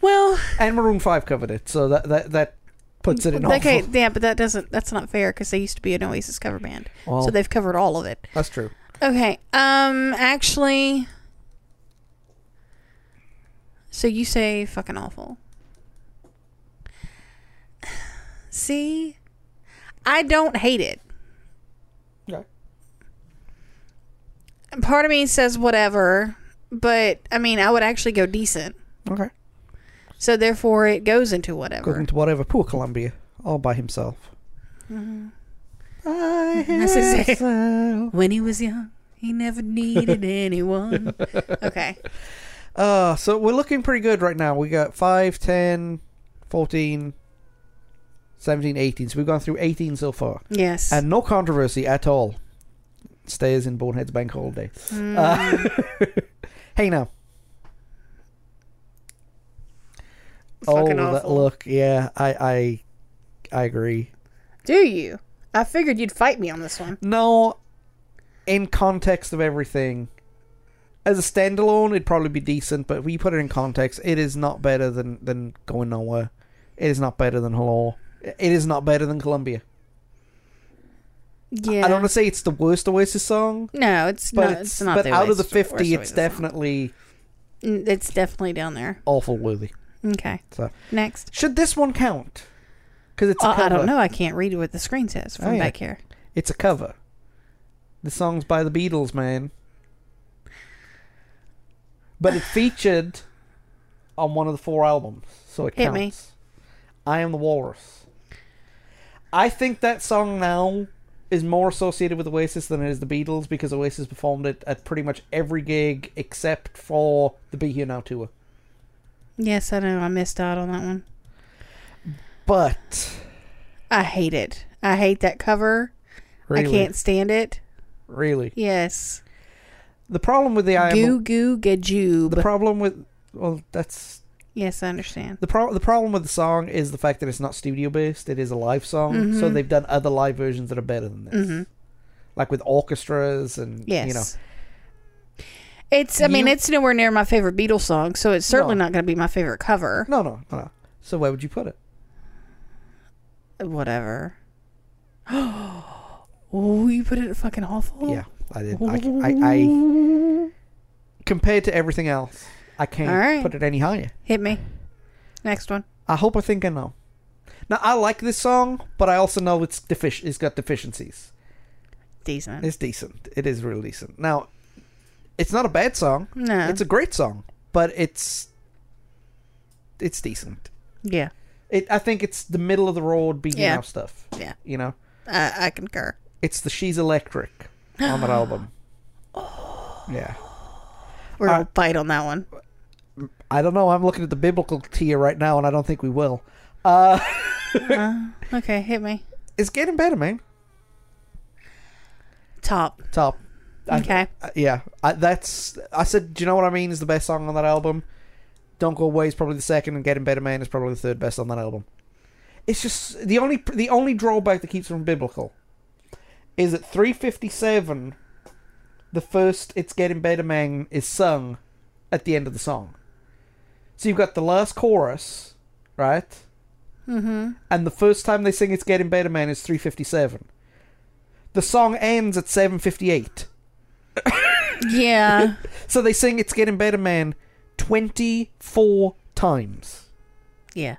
S2: Well,
S1: and Maroon Five covered it, so that that that puts it in
S2: okay,
S1: awful.
S2: yeah, but that doesn't. That's not fair because they used to be an Oasis cover band,
S1: Well,
S2: so they've covered all of it.
S1: that's true.
S2: Okay, um, actually, so you say fucking awful. See, I don't hate it.
S1: Okay.
S2: Part of me says whatever, but I mean, I would actually go decent.
S1: Okay.
S2: So therefore, it goes into whatever.
S1: Going to whatever. Poor Columbia, all by himself.
S2: Mm-hmm.
S1: I
S2: That's exactly-
S1: myself.
S2: When he was young, he never needed anyone. Okay.
S1: Uh, so we're looking pretty good right now. We got 5, 10, 14, 17, 18. So we've gone through 18 so far.
S2: Yes.
S1: And no controversy at all. Stays in Bonehead's bank holiday.
S2: Mm.
S1: Uh, hey now.
S2: Fucking
S1: oh, that
S2: awful.
S1: look. Yeah, I, I, I agree.
S2: Do you? I figured you'd fight me on this one.
S1: No, in context of everything, as a standalone, it'd probably be decent. But if you put it in context, it is not better than than going nowhere. It is not better than Hello. It is not better than Columbia.
S2: Yeah.
S1: I don't want to say it's the worst Oasis song,
S2: No, it's
S1: but
S2: not.
S1: it's,
S2: It's, not.
S1: but
S2: the
S1: out of the
S2: Oasis-
S1: fifty,
S2: Oasis
S1: it's definitely
S2: song. Mm, It's definitely down there.
S1: awful worthy.
S2: Okay.
S1: So
S2: Next.
S1: should this one count? Because it's a
S2: Oh,
S1: cover.
S2: I don't know. I can't read what the screen says from
S1: Oh, yeah.
S2: back here.
S1: It's a cover. The song's by the Beatles, man. But it featured on one of the four albums, so it
S2: Hit
S1: counts.
S2: me.
S1: I am the Walrus. I think that song now is more associated with Oasis than it is the Beatles because Oasis performed it at pretty much every gig except for the Be Here Now tour.
S2: Yes, I know. I missed out on that one.
S1: But
S2: I hate it. I hate that cover.
S1: really,
S2: I can't stand it.
S1: really,
S2: Yes.
S1: the problem with the I am
S2: Goo goo gajoob.
S1: the problem with well, that's
S2: yes, I understand.
S1: The pro- the problem with the song is the fact that it's not studio based. It is a live song,
S2: Mm-hmm.
S1: so they've done other live versions that are better than this,
S2: Mhm.
S1: like with orchestras and
S2: Yes.
S1: you know.
S2: It's. I mean,
S1: You-
S2: it's nowhere near my favorite Beatles song, so it's certainly
S1: No.
S2: not going to be my favorite cover.
S1: No, no, no, no. So where would you put it?
S2: Whatever. oh, you put it at fucking awful.
S1: Yeah, I did. I, I, I compared to everything else, I can't
S2: All right.
S1: put it any higher.
S2: Hit me. Next one.
S1: I hope I think I know. Now I like this song, but I also know it's defic- It's got deficiencies.
S2: Decent.
S1: It's decent. It is real decent. Now, it's not a bad song.
S2: no.
S1: It's a great song, but it's it's decent.
S2: yeah.
S1: It, I think it's the middle of the road begin
S2: Yeah.
S1: now stuff.
S2: Yeah.
S1: You know,
S2: I, I concur.
S1: it's the She's Electric on that album. Yeah,
S2: We're
S1: Uh,
S2: gonna fight on that one.
S1: I don't know. I'm looking at the biblical tier right now, and I don't think we will. Uh,
S2: Okay, hit me.
S1: it's getting better, man.
S2: Top.
S1: Top. I-
S2: Okay.
S1: uh, yeah, I, that's. I said, do you know what I mean? Is the best song on that album. Don't go away is probably the second, and Getting Better Man is probably the third best on that album. It's just the only the only drawback that keeps it from biblical is at 357. The first "It's Getting Better Man" is sung at the end of the song, so you've got the last chorus, right?
S2: Mm-hmm.
S1: and the first time they sing "It's Getting Better, Man" is three fifty seven. The song ends at seven fifty eight,
S2: Yeah.
S1: so they sing "It's Getting Better, Man" twenty four times.
S2: yeah.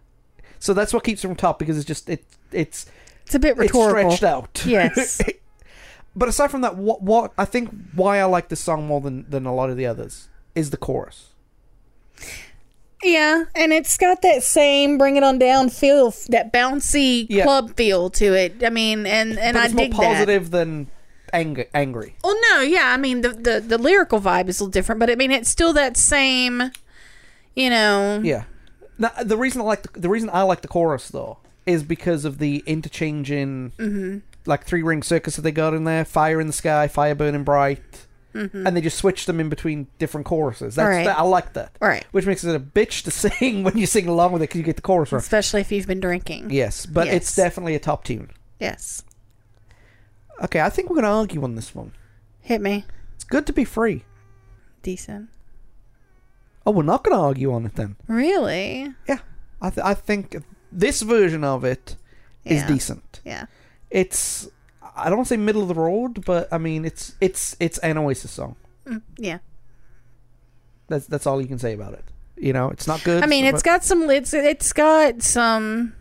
S1: So that's what keeps it from top because it's just it it's
S2: It's a bit rhetorical.
S1: it's stretched out.
S2: Yes.
S1: but aside from that, what what I think why I like this song more than than a lot of the others is the chorus.
S2: yeah, and it's got that same bring it on down feel, that bouncy
S1: Yeah.
S2: club feel to it. I mean, and and
S1: but
S2: I
S1: it's
S2: dig
S1: more
S2: that.
S1: positive than angry. Angry.
S2: Well, no, yeah, I mean the, the the lyrical vibe is a little different, but I mean it's still that same, you know.
S1: Yeah. Now, the reason I like the, the reason I like the chorus though is because of the interchange in
S2: Mm-hmm.
S1: like three ring circus that they got in there, fire in the sky, fire burning bright, and they just switch them in between different choruses. That's
S2: Mm-hmm. Right.
S1: that, I like that,
S2: Right.
S1: which makes it a bitch to sing when you sing along with it because you get the chorus right.
S2: Especially if you've been drinking.
S1: Yes, but it's
S2: Yes.
S1: definitely a top tune.
S2: Yes.
S1: Okay, I think we're gonna argue on this one.
S2: Hit me.
S1: It's good to be free.
S2: Decent.
S1: Oh, we're not gonna argue on it then.
S2: Really?
S1: Yeah, I th- I think this version of it is
S2: Yeah.
S1: decent.
S2: Yeah.
S1: it's I don't want to say middle of the road, but I mean it's it's it's an Oasis song.
S2: Mm, yeah.
S1: That's that's all you can say about it. You know, it's not good.
S2: I mean,
S1: but,
S2: it's got some it's it's got some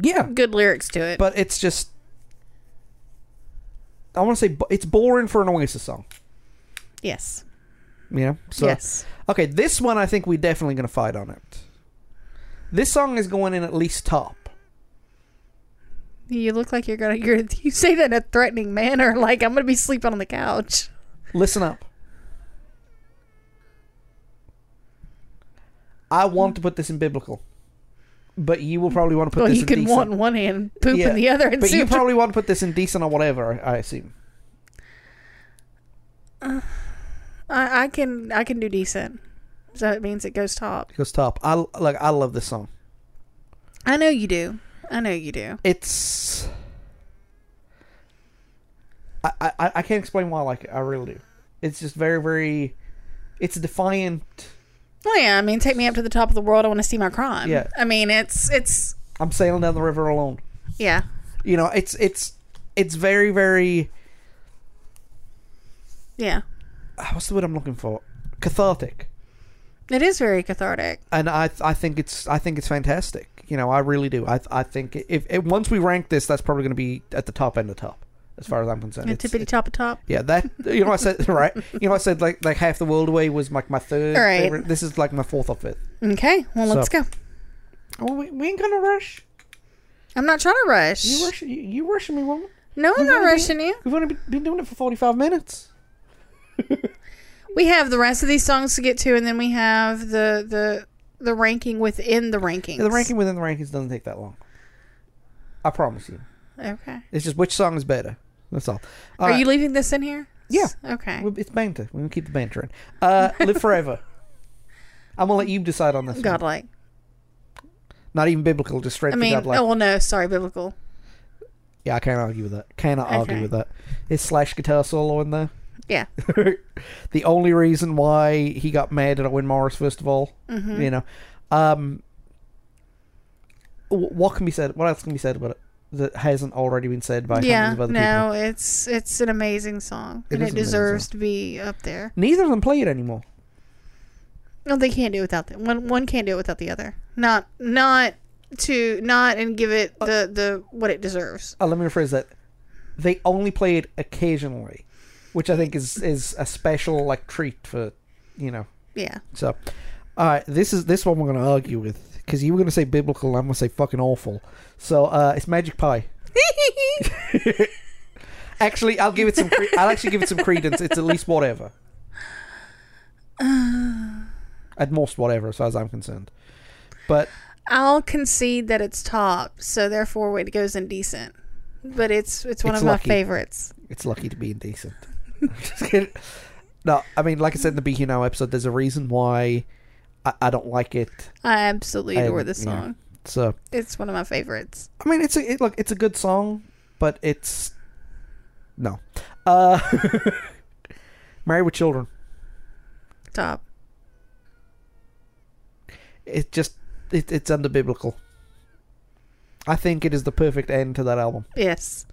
S1: yeah,
S2: good lyrics to it.
S1: but it's just I want to say bo- it's boring for an Oasis song.
S2: yes.
S1: You know, so
S2: yes.
S1: okay, this one I think we're definitely gonna fight on it. This song is going in at least top.
S2: You look like you're gonna. You're, you say that in a threatening manner, like I'm gonna be sleeping on the couch.
S1: Listen up. I want to put this in biblical, but you will probably want to put
S2: well,
S1: this
S2: you
S1: in
S2: can
S1: decent.
S2: want in one hand, poop
S1: Yeah,
S2: in the other, and
S1: But
S2: see.
S1: you
S2: what you-
S1: probably want to put this in decent or whatever, I I assume.
S2: I, I can. I can do decent. So it means it goes top.
S1: It goes top. I like. I love this song.
S2: I know you do. I know you do.
S1: It's. I, I, I can't explain why I like it. I really do. It's just very, very. It's defiant.
S2: Well, yeah, I mean, take me up to the top of the world. I want to see my crime.
S1: Yeah.
S2: I mean, it's it's
S1: I'm sailing down the river alone.
S2: yeah,
S1: You know, it's it's it's very, very.
S2: yeah.
S1: ah, What's the word I'm looking for? Cathartic.
S2: It is very cathartic.
S1: and I I think it's I think it's fantastic. You know, I really do. I I think if, if once we rank this, that's probably going to be at the top end of top, as far as I'm concerned. It's-
S2: Tippity top of top.
S1: yeah, that you know I said right. You know I said like like half the world away was like my third
S2: All right.
S1: favorite. This is like my fourth or fifth.
S2: Okay, well,
S1: So-
S2: let's go.
S1: Oh, we, we ain't gonna rush.
S2: I'm not trying to rush.
S1: You rush you, you rushing me, woman.
S2: no, I'm
S1: We've only
S2: not
S1: been-
S2: rushing you.
S1: We've only been doing it for forty five minutes.
S2: We have the rest of these songs to get to, and then we have the the the ranking within the rankings.
S1: Yeah, the ranking within the rankings doesn't take that long. I promise you.
S2: Okay.
S1: It's just which song is better. That's all. All
S2: Are
S1: right.
S2: you leaving this in here?
S1: Yeah.
S2: Okay.
S1: Well, It's banter. We're gonna keep the banter in. Uh, live forever. I'm gonna let you decide on this. One.
S2: Godlike.
S1: Not even biblical, just straight to
S2: I mean,
S1: godlike.
S2: oh well, no, sorry, biblical.
S1: Yeah, I can't argue with that. Cannot argue
S2: Okay.
S1: with that. His slash guitar solo in there.
S2: Yeah.
S1: the only reason why he got mad at Owen Morris, first of all,
S2: Mm-hmm.
S1: you know, um, wh- what can be said? What else can be said about it that hasn't already been said by
S2: yeah.
S1: hundreds of other people?
S2: No, it's it's an amazing song,
S1: It
S2: and
S1: is
S2: it
S1: an amazing
S2: deserves to be up there.
S1: Neither of them play it anymore.
S2: No, they can't do it without the one. One can't do it without the other. Not not to not and give it the the what it deserves.
S1: uh, let me rephrase that. They only play it occasionally, which I think is is a special like treat for, you know.
S2: Yeah.
S1: So, all right, this is this one we're gonna argue with because you were gonna say biblical, and I'm gonna say fucking awful. So uh, it's Magic Pie. Actually, I'll give it some. Cre- I'll actually give it some credence. It's at least whatever. At most, whatever, as far as I'm concerned. But
S2: I'll concede that it's top, so therefore it goes indecent. But it's it's one
S1: It's
S2: of
S1: lucky.
S2: my favorites.
S1: It's lucky to be indecent. I'm just kidding. No, I mean, like I said in the Be Here Now episode, there's a reason why I, I don't like it.
S2: I absolutely
S1: I-
S2: adore this
S1: yeah.
S2: song.
S1: So,
S2: It's one of my favorites.
S1: I mean, it's a it, look, it's a good song, but it's no. Uh, Married with Children.
S2: Top.
S1: It just it, it's under biblical. I think it is the perfect end to that album.
S2: Yes.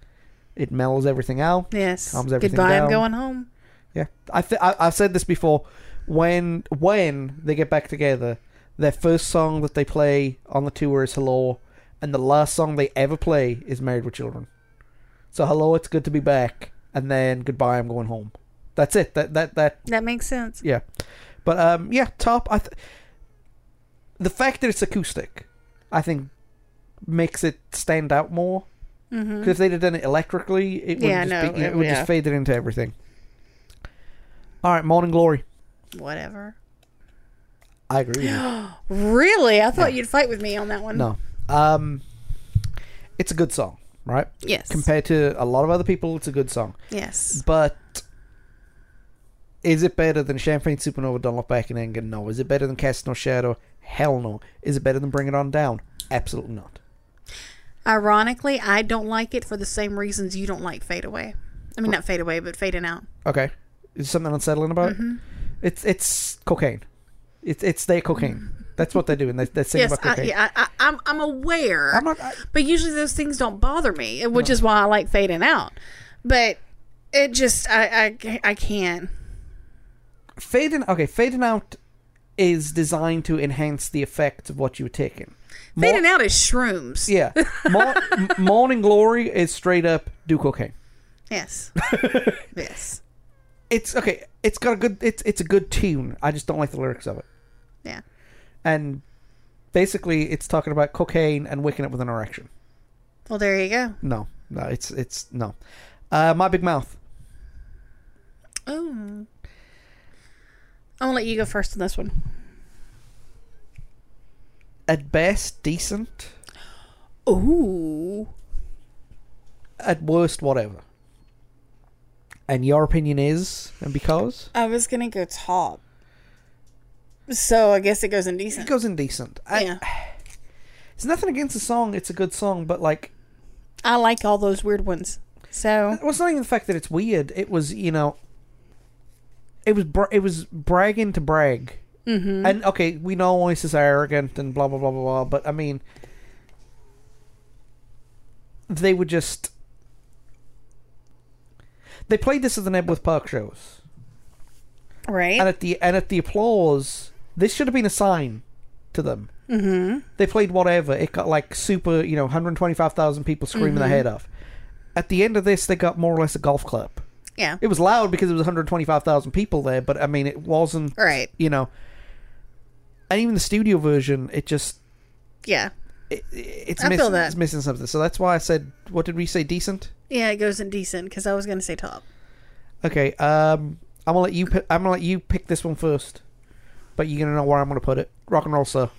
S1: It mellows everything out.
S2: Yes.
S1: Calms everything
S2: Goodbye.
S1: down.
S2: I'm going home.
S1: Yeah, I th- I, I've said this before. When when they get back together, their first song that they play on the tour is "Hello," and the last song they ever play is "Married with Children." So "Hello," it's good to be back, and then "Goodbye," I'm going home. That's it. That that that
S2: That makes sense.
S1: yeah. But um, yeah, top. I th- the fact that it's acoustic, I think, makes it stand out more.
S2: Mm-hmm.
S1: Because if they'd have done it electrically, it would
S2: Yeah,
S1: just
S2: no,
S1: be, it
S2: it-
S1: would
S2: yeah.
S1: just fade it into everything. All right, Morning Glory.
S2: Whatever.
S1: I agree. With you.
S2: Really? I thought you'd fight with me on that one.
S1: no, um, it's a good song, right?
S2: Yes.
S1: Compared to a lot of other people, it's a good song.
S2: yes.
S1: But is it better than Champagne Supernova, Don't Look Back in Anger? No. Is it better than Cast No Shadow? Hell no. Is it better than Bring It On Down? Absolutely not.
S2: Ironically, I don't like it for the same reasons you don't like Fade Away. I mean, not Fade Away, but Fading Out.
S1: Okay. Is something unsettling about
S2: Mm-hmm.
S1: it? It's it's cocaine. It's it's their cocaine. That's what they're doing. They're, they're singing
S2: Yes,
S1: about
S2: I,
S1: cocaine.
S2: yeah, I, I, I'm, I'm aware.
S1: I'm not. I,
S2: but usually those things don't bother me, which is why I like Fading Out. But it just, I, I, I can't.
S1: fading. Okay, fading out is designed to enhance the effect of what you were taking. Mor-
S2: Fading Out is shrooms.
S1: yeah. Mor- M- Morning glory is straight up do cocaine.
S2: Yes. yes.
S1: It's okay. It's got a good. It's it's a good tune. I just don't like the lyrics of it.
S2: Yeah.
S1: And basically, it's talking about cocaine and waking up with an erection.
S2: Well, there you go.
S1: No, no. It's it's no. Uh, my big mouth.
S2: Oh. I'm going to let you go first on this one.
S1: At best, decent.
S2: Ooh.
S1: At worst, whatever. And your opinion is, and because.
S2: I was going to go top. So I guess it goes indecent.
S1: It goes indecent. I,
S2: yeah.
S1: It's nothing against the song. It's a good song, but like,
S2: I like all those weird ones. So
S1: Well, it's not even the fact that it's weird. It was, you know, it was bra- it was bragging to brag. Mm-hmm. And okay, we know Oasis are arrogant and blah blah blah blah blah. But I mean, they were just they played this at the Nebworth Park shows,
S2: right.
S1: and at the and at the applause, this should have been a sign to them.
S2: mm-hmm.
S1: They played whatever. It got like super, you know, 125,000 people screaming their head off. At the end of this, they got more or less a golf clap.
S2: Yeah.
S1: It was loud because it was 125,000 people there, but I mean, it wasn't,
S2: Right.
S1: you know. And even the studio version, it just
S2: Yeah.
S1: it, it's,
S2: I feel
S1: missing,
S2: that.
S1: it's missing something. So that's why I said, what did we say? Decent.
S2: Yeah, it goes indecent because I was gonna say top.
S1: Okay. Um, I'm gonna let you. Pi- I'm gonna let you pick this one first, but you're gonna know where I'm gonna put it. Rock and roll, sir.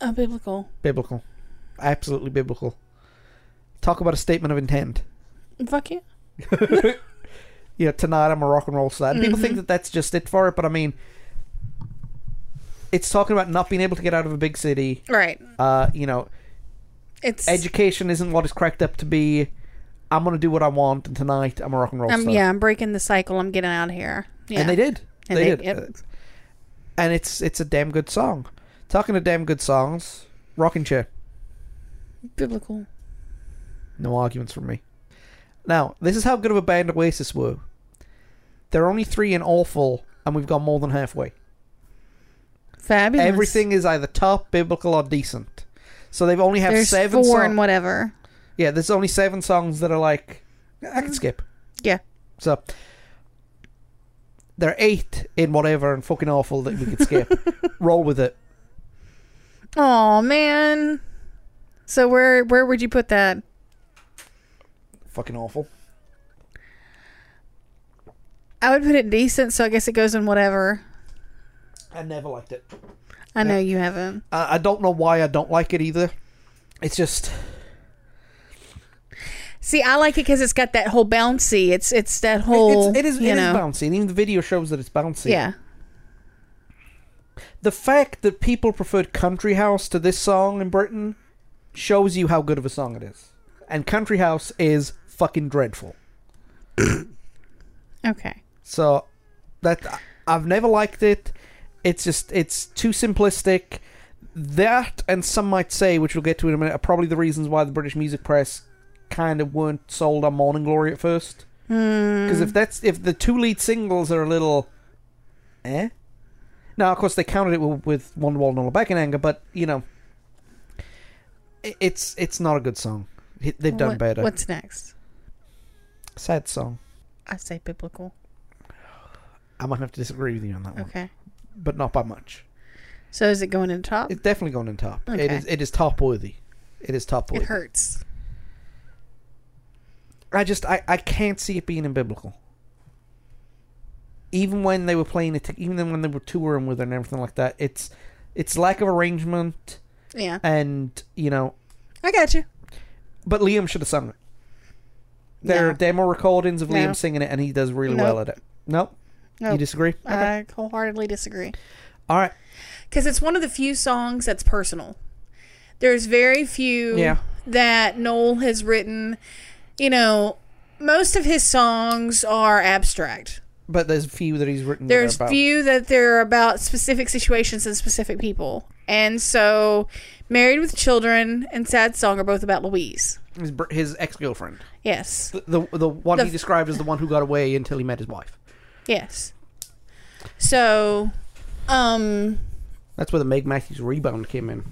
S2: Oh, biblical.
S1: Biblical. Absolutely biblical. Talk about a statement of intent.
S2: Fuck you.
S1: you know, tonight I'm a rock and roll star. And
S2: Mm-hmm.
S1: People think that that's just it for it, but I mean, it's talking about not being able to get out of a big city.
S2: Right.
S1: Uh, you know,
S2: It's
S1: education isn't what it's cracked up to be. I'm gonna do what I want, and tonight I'm a rock and roll
S2: um,
S1: star.
S2: yeah, I'm breaking the cycle. I'm getting out of here. Yeah.
S1: And they did.
S2: And
S1: they,
S2: they-
S1: did.
S2: yep.
S1: Uh, And it's it's a damn good song. Talking of damn good songs, rocking chair.
S2: Biblical.
S1: No arguments from me. Now, this is how good of a band Oasis were. There are only three in awful, and we've gone more than halfway.
S2: Fabulous.
S1: Everything is either top, biblical, or decent. So they've only have
S2: There's
S1: seven.
S2: four
S1: song-
S2: and whatever.
S1: yeah, there's only seven songs that are like I
S2: Mm.
S1: can skip.
S2: Yeah.
S1: So there are eight in whatever and fucking awful that we could skip. Roll with it.
S2: Oh man. So where where would you put that?
S1: Fucking awful.
S2: I would put it decent, so I guess it goes in whatever.
S1: I never liked it.
S2: I know you haven't.
S1: I, I don't know why I don't like it either. It's just
S2: See, I like it because it's got that whole bouncy. It's it's that whole.
S1: it's, it is
S2: you
S1: it is
S2: know.
S1: bouncy, and even the video shows that it's bouncy.
S2: Yeah.
S1: The fact that people preferred Country House to this song in Britain shows you how good of a song it is. And Country House is fucking dreadful.
S2: Okay.
S1: So that I've never liked it. It's just it's too simplistic. That and some might say, which we'll get to in a minute, are probably the reasons why the British music press kind of weren't sold on Morning Glory at first.
S2: Hmm.
S1: Because if that's if the two lead singles are a little, eh. Now, of course, they counted it with, with Wonderwall and All Back in Anger, but you know, i- it's it's not a good song. He- They've done
S2: What-
S1: better.
S2: What's next?
S1: Sad song.
S2: I say biblical.
S1: I might have to disagree with you on that one,
S2: Okay.
S1: but not by much.
S2: So is it going in top? It,
S1: It's definitely going in top. It
S2: Okay.
S1: is. It is top worthy. It is top worthy.
S2: hurts.
S1: I just. I. I can't see it being in biblical. Even when they were playing it, even then when they were touring with it and everything like that, it's, it's lack of arrangement
S2: Yeah.
S1: Uh, and you know.
S2: I got you.
S1: But Liam should have sung it. There
S2: No.
S1: are demo recordings of
S2: No.
S1: Liam singing it, and he does really
S2: Nope.
S1: well at it. Nope.
S2: Nope.
S1: You disagree? Okay.
S2: Oh, I wholeheartedly disagree.
S1: All right.
S2: Because it's one of the few songs that's personal. There's very few
S1: Yeah.
S2: that Noel has written. You know, most of his songs are abstract.
S1: But there's a few that he's written. that are
S2: There's
S1: about.
S2: few that they're about specific situations and specific people. And so, Married with Children and Sad Song are both about Louise.
S1: His, br- his ex girlfriend,
S2: Yes.
S1: the the one
S2: The
S1: he
S2: f-
S1: described as the one who got away until he met his wife.
S2: Yes. So, um,
S1: That's where the Meg Matthews rebound came in.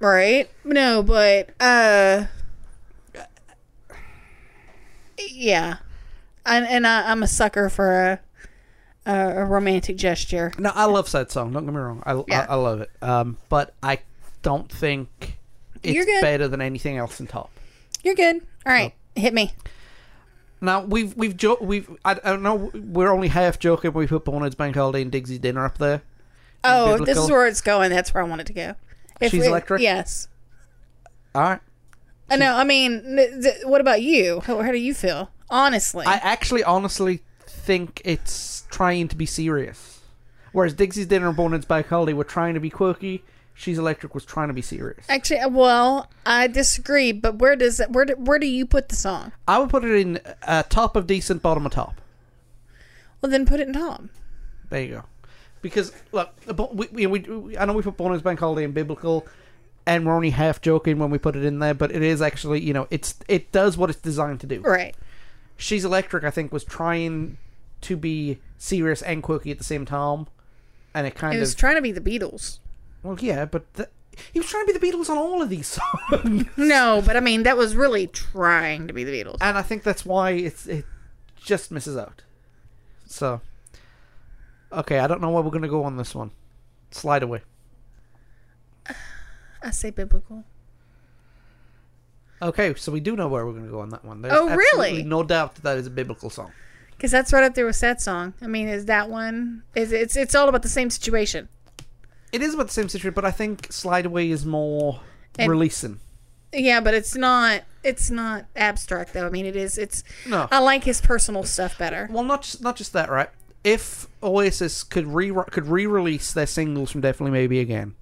S2: Right? No, but uh yeah. And and I, I'm a sucker for a, a a romantic gesture.
S1: no, I love sad song. Don't get me wrong. I,
S2: Yeah.
S1: I, I love it. Um, but I don't think
S2: You're
S1: it's
S2: good.
S1: better than anything else in top.
S2: You're good. All right. Hit me.
S1: Now we've we've jo- we've I, I don't know. We're only half joking. We put Bonard's Bank Holiday and Dixie's Dinner up there.
S2: Oh, this
S1: biblical.
S2: is where it's going. That's where I want it to go.
S1: She's
S2: we-
S1: electric?
S2: Yes.
S1: All right.
S2: Uh, no, I mean, th- th- what about you? How, how do you feel? Honestly.
S1: I actually honestly think it's trying to be serious, whereas Dixie's Dinner and Bonard's Bank Holiday were trying to be quirky She's Electric was trying to be serious.
S2: Actually, uh, well, I disagree. But where does that? Where do, where do you put the song?
S1: I would put it in uh, top of decent, bottom of top.
S2: Well, then put it in Tom.
S1: There you go. Because look, but we, we, we I know we put Bonus Bank Holiday in biblical, and we're only half joking when we put it in there, but it is actually you know it's it does what it's designed to do.
S2: Right.
S1: She's Electric, I think, was trying to be serious and quirky at the same time, and it kind
S2: It
S1: of
S2: was trying to be the Beatles.
S1: well yeah, but th he was trying to be the Beatles on all of these songs,
S2: No, but I mean that was really trying to be the Beatles.
S1: and I think that's why it's it just misses out. So okay, I don't know where we're gonna go on this one. Slide away.
S2: I say biblical.
S1: Okay, so we do know where we're going to go on that one. There's
S2: Oh, really?
S1: absolutely No doubt that that is a biblical song.
S2: Because that's right up there with that song. I mean, is that one? Is it's it's all about the same situation.
S1: It is about the same situation, but I think Slide Away is more
S2: And-
S1: releasing.
S2: Yeah, but it's not it's not abstract though. I mean, it is. It's
S1: No.
S2: I like his personal stuff better.
S1: Well, not just not just that, right? If Oasis could re could re release their singles from Definitely Maybe again,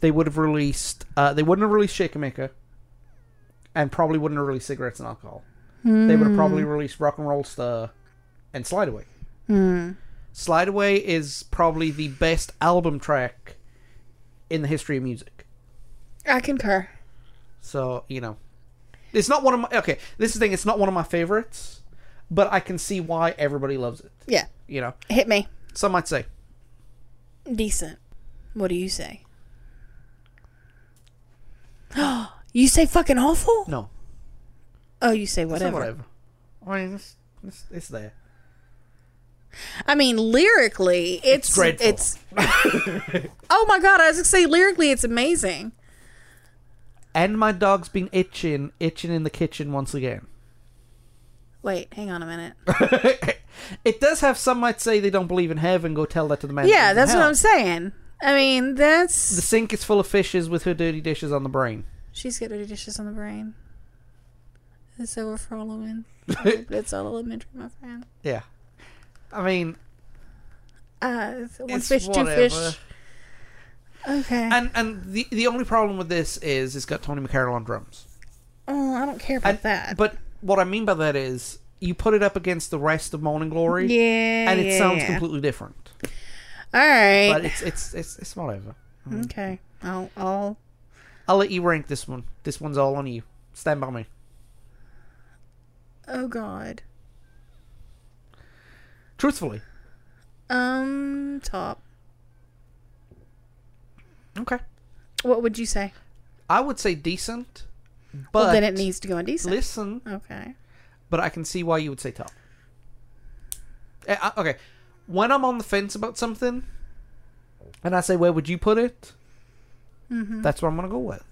S1: they would have released. Uh, they wouldn't have released Shaker Maker, and probably wouldn't have released Cigarettes and Alcohol. They would have probably released Rock and Roll Star and Slide Away. Slide Away is probably the best album track in the history of music.
S2: I concur.
S1: So you know, it's not one of my okay. This is the thing. It's not one of my favorites, but I can see why everybody loves it.
S2: Yeah,
S1: You know,
S2: hit me
S1: some might say
S2: decent. What do you say? you say fucking awful?
S1: no,
S2: Oh, you say
S1: it's not
S2: whatever.
S1: whatever. I mean, it's, it's, it's there.
S2: I mean, lyrically, it's it's.
S1: dreadful.
S2: oh my god! I was gonna say lyrically, it's amazing.
S1: And my dog's been itching, itching in the kitchen once again.
S2: Wait, hang on a minute.
S1: it does have some might say they don't believe in heaven. Go tell that to the man. who believes
S2: yeah,
S1: in
S2: that's what
S1: hell.
S2: I'm saying. I mean, that's
S1: The sink is full of fishes with her dirty dishes on the brain.
S2: She's got dirty dishes on the brain. It's over for all women. it's all elementary, my friend.
S1: Yeah, I mean,
S2: Uh, it's one
S1: it's
S2: fish,
S1: whatever.
S2: two fish. Okay.
S1: And and the the only problem with this is it's got Tony McCarroll on drums.
S2: oh, I don't care about
S1: And-
S2: that.
S1: But what I mean by that is you put it up against the rest of Morning Glory,
S2: yeah,
S1: and it
S2: yeah,
S1: sounds
S2: yeah.
S1: completely different.
S2: All right.
S1: But it's it's it's it's whatever.
S2: okay. I'll, I'll.
S1: I'll let you rank this one. This one's all on you. Stand by me.
S2: Oh God.
S1: Truthfully.
S2: Um, top.
S1: Okay.
S2: What would you say?
S1: I would say decent, but
S2: well, then it needs to go on decent.
S1: listen.
S2: okay.
S1: But I can see why you would say top. Eh, I- Okay, when I'm on the fence about something, and I say where would you put it,
S2: Mm-hmm.
S1: that's what I'm gonna go with.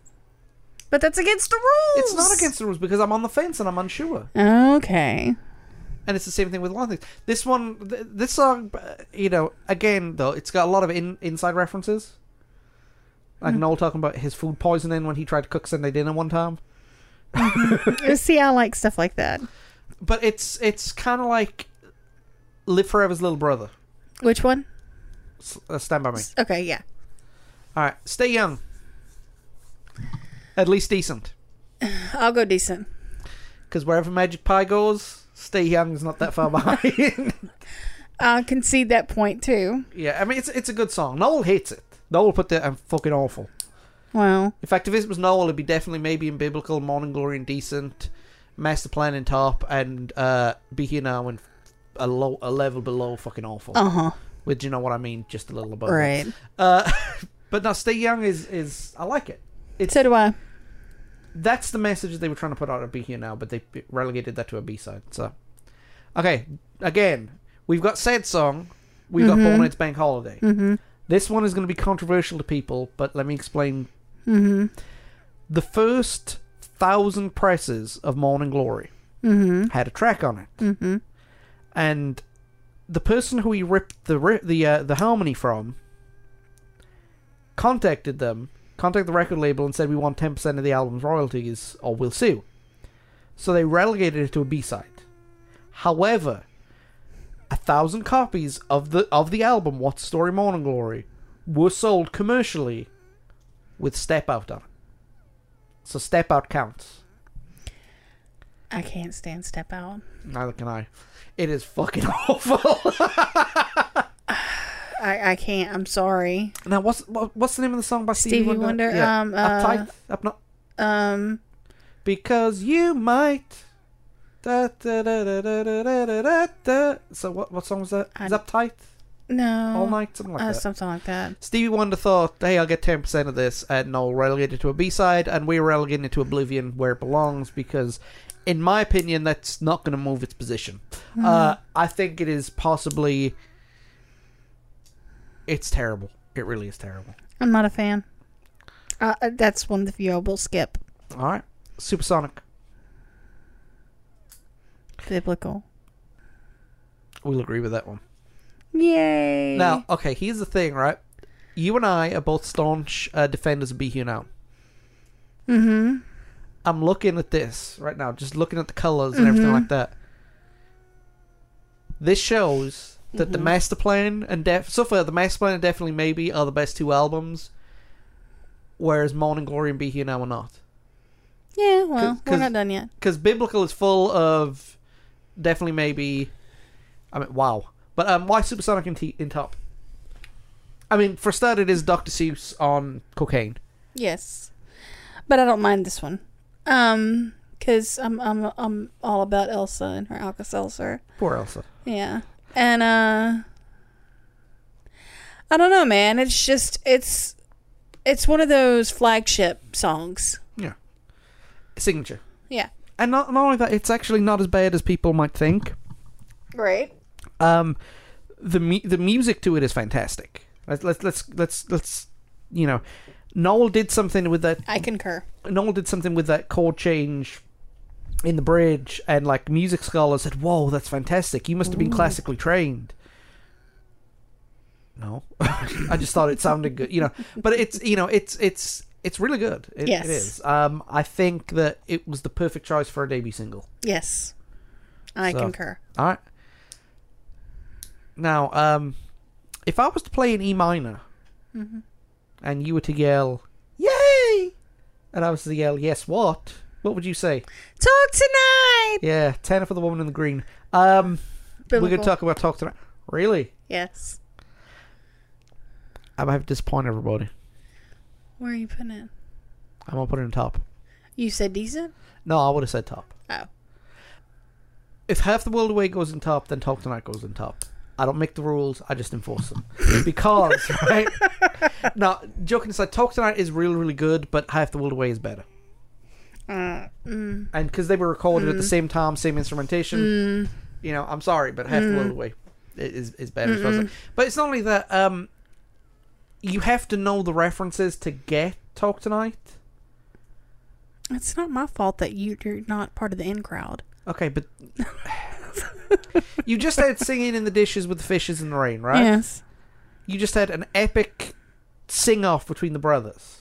S2: But that's against the rules.
S1: It's not against the rules because I'm on the fence and I'm unsure.
S2: Okay.
S1: And it's the same thing with a lot of things. This one, th- this song, uh, you know, again though, it's got a lot of in- inside references. Like Noel talking about his food poisoning when he tried to cook Sunday dinner one time.
S2: See, I like stuff like that.
S1: But it's it's kind of like Live Forever's little brother.
S2: Which one?
S1: S- uh, stand by me.
S2: Okay. Yeah.
S1: All right, stay young. At least decent,
S2: I'll go decent.
S1: because wherever Magic Pie goes, stay young is not that far behind.
S2: I'll concede that point too.
S1: yeah, I mean it's it's a good song. Noel hates it. Noel put that I'm fucking awful.
S2: Well,
S1: In fact, if it was Noel, it'd be definitely maybe in Biblical, Morning Glory and Decent, Master Plan and Top, and uh, Be Here Now and a, low, a level below fucking awful.
S2: uh huh.
S1: Which, you know what I mean? Just a little above. it.
S2: Right.
S1: Uh, but no, Stay Young is, is, I like it.
S2: So do I.
S1: That's the message that they were trying to put out of Be Here Now, but they relegated that to a B side. So, okay, again, we've got Sad Song, we've got Born It's Bank Holiday.
S2: Mm-hmm.
S1: This one is going to be controversial to people, but let me explain
S2: Mm-hmm.
S1: The first thousand presses of Morning Glory
S2: Mm-hmm.
S1: had a track on it,
S2: Mm-hmm.
S1: and the person who he ripped the ri- the uh, the harmony from contacted them, contacted the record label, and said, "We want ten percent of the album's royalties, or we'll sue." So they relegated it to a B side. However, a thousand copies of the of the album "What Story Morning Glory" were sold commercially with Step Out on it. So Step Out counts.
S2: I can't stand Step Out.
S1: Neither can I. It is fucking awful.
S2: I, I can't. I'm sorry.
S1: now, what's what, what's the name of the song by Stevie,
S2: Stevie Wonder?
S1: Yeah.
S2: Um,
S1: Uptight? Up not
S2: Um,
S1: because you might. Da, da, da, da, da, da, da, da, da, da. So what what song was that? Is
S2: I-
S1: Uptight?
S2: no.
S1: All night, something like
S2: uh,
S1: that.
S2: something like that.
S1: Stevie Wonder thought, hey, I'll get 10% of this, and I'll relegate it to a B side, and we're relegating it to oblivion where it belongs because, in my opinion, that's not going to move its position. Uh, I think it is possibly. It's terrible. It really is terrible.
S2: I'm not a fan. Uh, uh, that's one of the few I will skip.
S1: All right. Supersonic.
S2: Biblical.
S1: We'll agree with that one.
S2: Yay.
S1: Now, okay, here's the thing, right? You and I are both staunch uh, defenders of Be Here Now.
S2: Mm-hmm.
S1: I'm looking at this right now, just looking at the colors and everything like that. This shows that the Master Plan and Def so far the Master Plan and definitely maybe are the best two albums, whereas Morning Glory and Be Here Now are not.
S2: Yeah, well,
S1: 'Cause-
S2: we're
S1: 'cause-
S2: not done yet.
S1: Because Biblical is full of definitely maybe, I mean wow, but um, why Supersonic in, t- in top? I mean, for a start, it is Dr. Seuss on cocaine.
S2: Yes. But I don't mind this one. Um, because I'm, I'm, I'm all about Elsa and her Alka Seltzer.
S1: Poor Elsa.
S2: Yeah. And, uh, I don't know, man. It's just, it's, it's one of those flagship songs.
S1: Yeah. Signature.
S2: Yeah.
S1: And not, not only that, it's actually not as bad as people might think.
S2: Great.
S1: Um, the mu- the music to it is fantastic. Let's let's let's let's, let's you know, Noel did something with that.
S2: I concur.
S1: Noel did something with that chord change in the bridge, and like music scholars said, "Whoa, that's fantastic! You must have been classically trained." No, I just thought it sounded good, you know. But it's you know it's it's it's really good. It,
S2: Yes.
S1: it is. Um, I think that it was the perfect choice for a debut single.
S2: Yes. I
S1: So-
S2: concur.
S1: All right. Now, um, if I was to play in E minor, and you were to yell "Yay," and I was to yell "Yes, what?" What would you say?
S2: Talk tonight.
S1: Yeah, tenor for the woman in the green. Um, we're
S2: Biblical.
S1: gonna talk about talk tonight. Really,
S2: Yes.
S1: I'm gonna have to disappoint everybody.
S2: Where are you putting it?
S1: I'm gonna put it in top.
S2: You said decent?
S1: No, I would have said top.
S2: Oh.
S1: If half the world away goes in top, then talk tonight goes in top. I don't make the rules; I just enforce them. because, right? Now, joking aside, talk tonight is really, really good, but half the world away is better.
S2: Uh, mm.
S1: And because they were recorded at the same time, same instrumentation, you know, I'm sorry, but half the world away i- is is better. as far as that- But it's not only that. Um, you have to know the references to get talk tonight.
S2: It's not my fault that you, you're not part of the in crowd.
S1: Okay, but you just had singing in the dishes with the fishes in the rain, right?
S2: Yes.
S1: You just had an epic sing off between the brothers.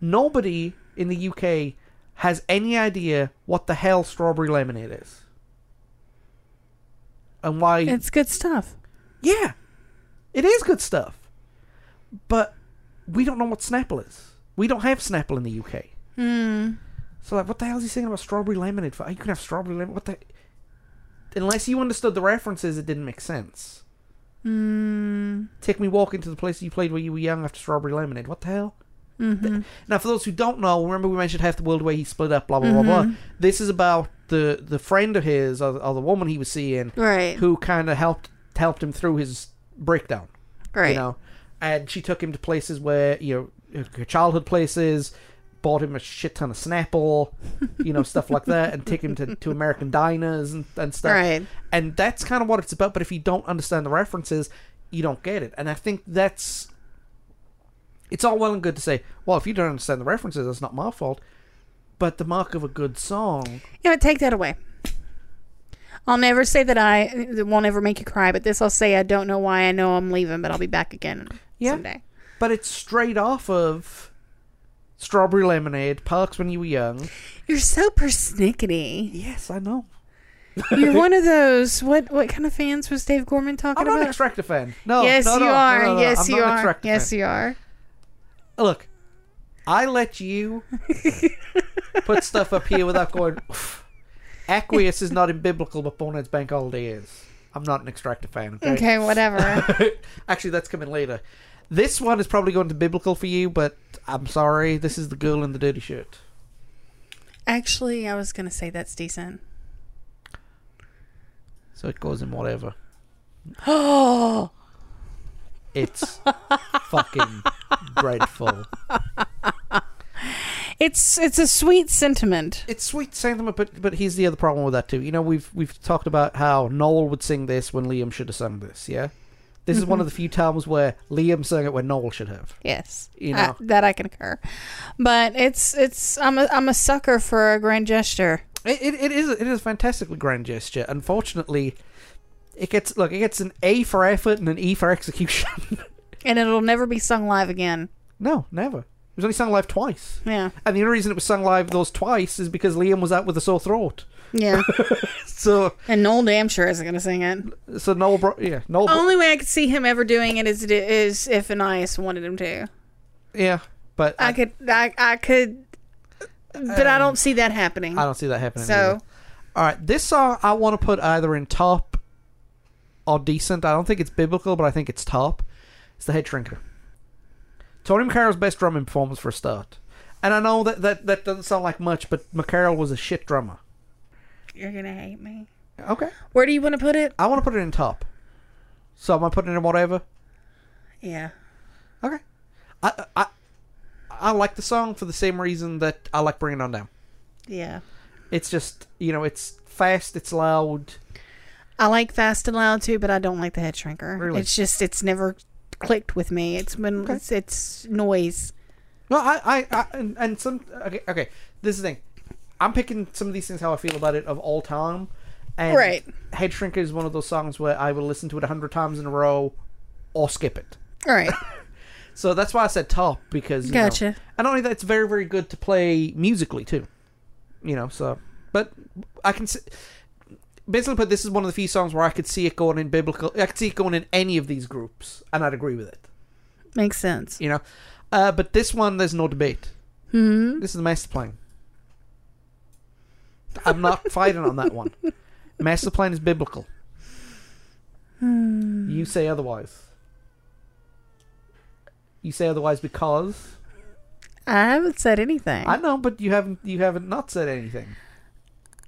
S1: Nobody in the UK has any idea what the hell strawberry lemonade is. And why
S2: It's good stuff.
S1: Yeah. It is good stuff. But we don't know what Snapple is. We don't have Snapple in the UK.
S2: Mm.
S1: So like, what the hell is he saying about strawberry lemonade? For you can have strawberry lemonade. What the? Unless you understood the references, it didn't make sense.
S2: Mm.
S1: Take me walking to the place you played when you were young after strawberry lemonade. What the hell?
S2: Mhm.
S1: Now, for those who don't know, remember we mentioned half the world where he split up. Blah blah blah
S2: Mm-hmm.
S1: blah. This is about the the friend of his or, or the woman he was seeing
S2: Right.
S1: who kind of helped helped him through his breakdown.
S2: right.
S1: you know and she took him to places where you know her childhood places bought him a shit ton of snapple you know stuff like that and take him to, to american diners and, and stuff
S2: Right.
S1: and that's kind of what it's about but if you don't understand the references you don't get it and i think that's it's all well and good to say well if you don't understand the references that's not my fault but the mark of a good song
S2: You know, take that away. I'll never say that I it won't ever make you cry, but this I'll say I don't know why I know I'm leaving, but I'll be back again
S1: Yeah.
S2: someday.
S1: but it's straight off of strawberry lemonade parks when you were young
S2: You're so persnickety.
S1: yes i know
S2: You're one of those. What what kind of fans was Dave Gorman talking
S1: I'm not an
S2: about?
S1: Extractor fan. Oh, No,
S2: yes,
S1: no,
S2: you
S1: no, no,
S2: are.
S1: no, no, no.
S2: yes,
S1: I'm
S2: you
S1: not an
S2: are.
S1: Extractor
S2: Yes,
S1: fan.
S2: you are.
S1: Look, I let you put stuff up here without going. "Oof." Aqueous is not in biblical, but Bonehead's Bank Holiday is. I'm not an extractor fan. Okay.
S2: Okay, whatever.
S1: Actually, that's coming later. This one is probably going to biblical for you, but I'm sorry. This is the girl in the dirty shirt.
S2: Actually, I was gonna say that's decent.
S1: So it goes in whatever.
S2: Oh,
S1: It's fucking dreadful.
S2: it's it's a sweet sentiment.
S1: It's sweet sentiment, but but here's the other problem with that too. You know, we've we've talked about how Noel would sing this when Liam should have sung this. Yeah, this is one of the few times where Liam sang it when Noel should have.
S2: Yes,
S1: You
S2: I-
S1: know.
S2: that I concur. But it's it's I'm a, I'm a sucker for a grand gesture.
S1: It, it, it is it is a fantastically grand gesture. Unfortunately, it gets look it gets an A for effort and an E for execution.
S2: and it'll never be sung live again.
S1: no, never. It was only sung live twice,
S2: Yeah,
S1: and the only reason it was sung live those twice is because Liam was out with a sore throat.
S2: yeah.
S1: So
S2: and Noel damn sure isn't gonna sing it.
S1: so Noel brought yeah Noel bro-
S2: Only way I could see him ever doing it is is if Anais wanted him to.
S1: yeah, but
S2: I
S1: I, Um,
S2: could, I, I could, but I don't see that happening.
S1: I don't see that happening. either.
S2: So
S1: All right, this song I want to put either in top or decent. I don't think it's biblical, but I think it's top. It's the Head Shrinker. Tony McCarroll's best drumming performance for a start. And I know that that, that doesn't sound like much, but McCarroll was a shit drummer.
S2: you're gonna hate me.
S1: Okay.
S2: Where do you want to put it?
S1: I want to put it in top. So am I putting it in whatever?
S2: Yeah.
S1: Okay. I, I, I like the song for the same reason that I like Bring It On Down.
S2: Yeah.
S1: It's just, you know, it's fast, it's loud.
S2: I like Fast and Loud too, but I don't like the head shrinker.
S1: Really?
S2: It's just it's never clicked with me. It's been
S1: Okay.
S2: it's, it's noise.
S1: No, I, I, I and, and some. Okay, okay. This is the thing. I'm picking some of these things how I feel about it of all time. And
S2: Right.
S1: Head Shrinker is one of those songs where I will listen to it a hundred times in a row, or skip it.
S2: All right.
S1: So that's why I said top because you know-
S2: Gotcha.
S1: and not only that, it's very very good to play musically too. You know, so but I can see, basically put this is one of the few songs where I could see it going in biblical. I could see it going in any of these groups, and I'd agree with it.
S2: Makes sense.
S1: You know, uh, but this one there's no debate.
S2: Hmm.
S1: This is the master plan. I'm not fighting on that one. Master plan is biblical. You say otherwise. You say otherwise because
S2: I haven't said anything.
S1: I know, but you haven't. You haven't not said anything.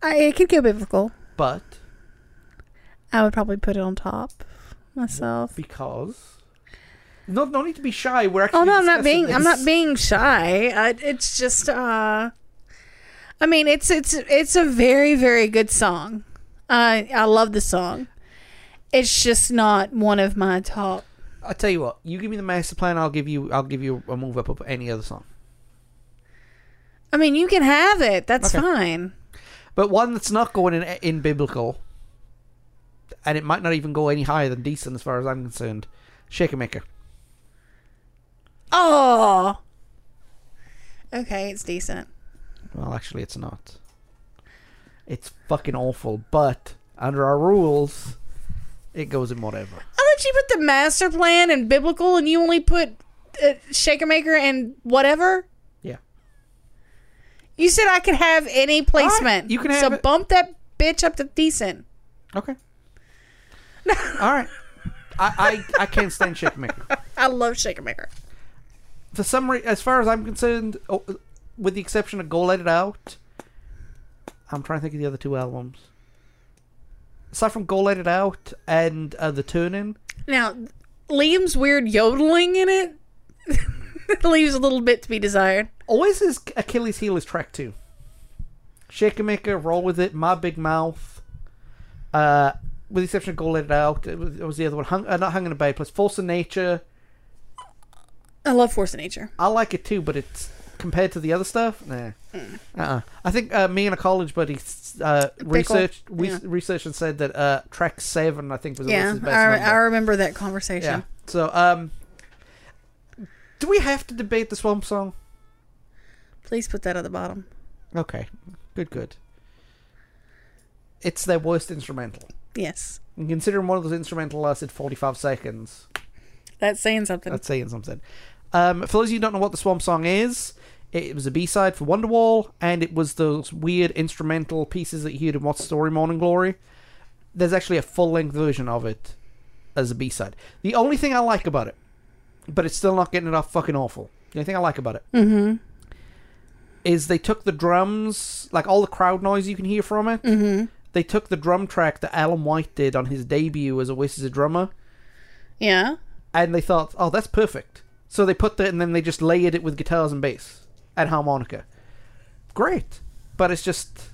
S2: I, it could go biblical.
S1: But
S2: I would probably put it on top myself.
S1: because no, no need to be shy. We're actually.
S2: Oh no, I'm not
S1: discussing
S2: being I'm
S1: this.
S2: not being shy. I, it's just uh I mean, it's it's it's a very very good song. I I love the song. It's just not one of my top.
S1: I tell you what. You give me the master plan. I'll give you. I'll give you a move up of any other song.
S2: I mean, you can have it. That's
S1: Okay.
S2: fine.
S1: But one that's not going in in biblical, and it might not even go any higher than decent as far as I'm concerned. Shaker Maker.
S2: Oh. Okay, it's decent.
S1: Well, actually, it's not. It's fucking awful. But under our rules, it goes in whatever.
S2: I let you put the master plan and biblical, and you only put uh, shaker maker and whatever.
S1: Yeah.
S2: You said I could have any placement.
S1: you can have
S2: so
S1: it.
S2: bump that bitch up to decent.
S1: Okay. All right. I, I I can't stand Shaker Maker.
S2: I love shaker maker.
S1: For some reason, as far as I'm concerned, oh, with the exception of Go Let It Out, I'm trying to think of the other two albums. Aside from Go Let It Out and uh, The Turning,
S2: Now, Liam's weird yodeling in it leaves a little bit to be desired.
S1: always his Achilles heel is track two. Shaker Maker, Roll With It, My Big Mouth. Uh, with the exception of Go Let It Out, it was, it was the other one. Hung, uh, not Hung in a Bay, plus Force of Nature.
S2: I love force of nature.
S1: I like it too, but it's compared to the other stuff, nah.
S2: Hmm.
S1: Uh-uh. I think uh, me and a college buddy s- uh, researched we
S2: yeah.
S1: researched and said that uh, track seven, I think, was
S2: Yeah,
S1: his best
S2: I,
S1: number.
S2: I remember that conversation.
S1: yeah. So, um, do we have to debate the swamp song?
S2: Please put that at the bottom.
S1: Okay, good, good. It's their worst instrumental.
S2: Yes,
S1: And considering one of those instrumental lasted forty five seconds,
S2: that's saying something.
S1: that's saying something. Um, for those of you who don't know what the Swamp Song is, it was a B side for Wonderwall, and it was those weird instrumental pieces that you heard in What's Story Morning Glory. There's actually a full length version of it as a B side. The only thing I like about it, but it's still not getting it off fucking awful. The only thing I like about it is they took the drums, like all the crowd noise you can hear from it. Mm-hmm. They took the drum track that Alan White did on his debut as Oasis drummer,
S2: Yeah.
S1: and they thought, oh, that's perfect. So they put that, and then they just layered it with guitars and bass and harmonica. Great, but it's just,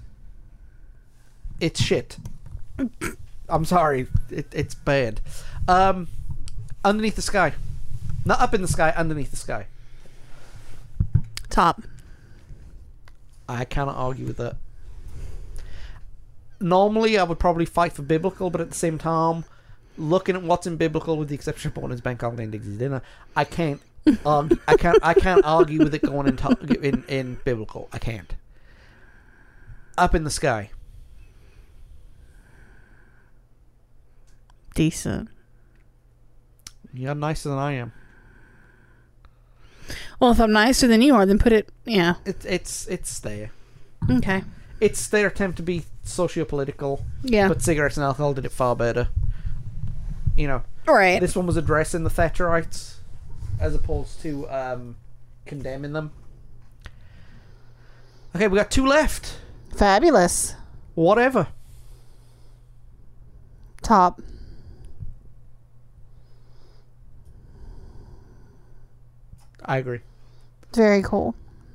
S1: it's shit. I'm sorry, it, it's bad. Um, underneath the sky, not up in the sky, underneath the sky.
S2: Top.
S1: I cannot argue with that. Normally, I would probably fight for biblical, but at the same time, looking at what's in biblical, with the exception of born is bank holiday and Dixie's dinner, I can't. Um, I can't. I can't argue with it going in, top, in in biblical. I can't. Up in the sky,
S2: Decent.
S1: you're nicer than I am.
S2: Well, if I'm nicer than you are, then put it. Yeah.
S1: It's it's it's there.
S2: Okay.
S1: It's their attempt to be socio-political,
S2: Yeah.
S1: but cigarettes and alcohol did it far better. You know,
S2: All right.
S1: This one was addressing the Thatcherites as opposed to um, condemning them. Okay, we got two left.
S2: Fabulous.
S1: Whatever.
S2: Top.
S1: I agree.
S2: Very cool.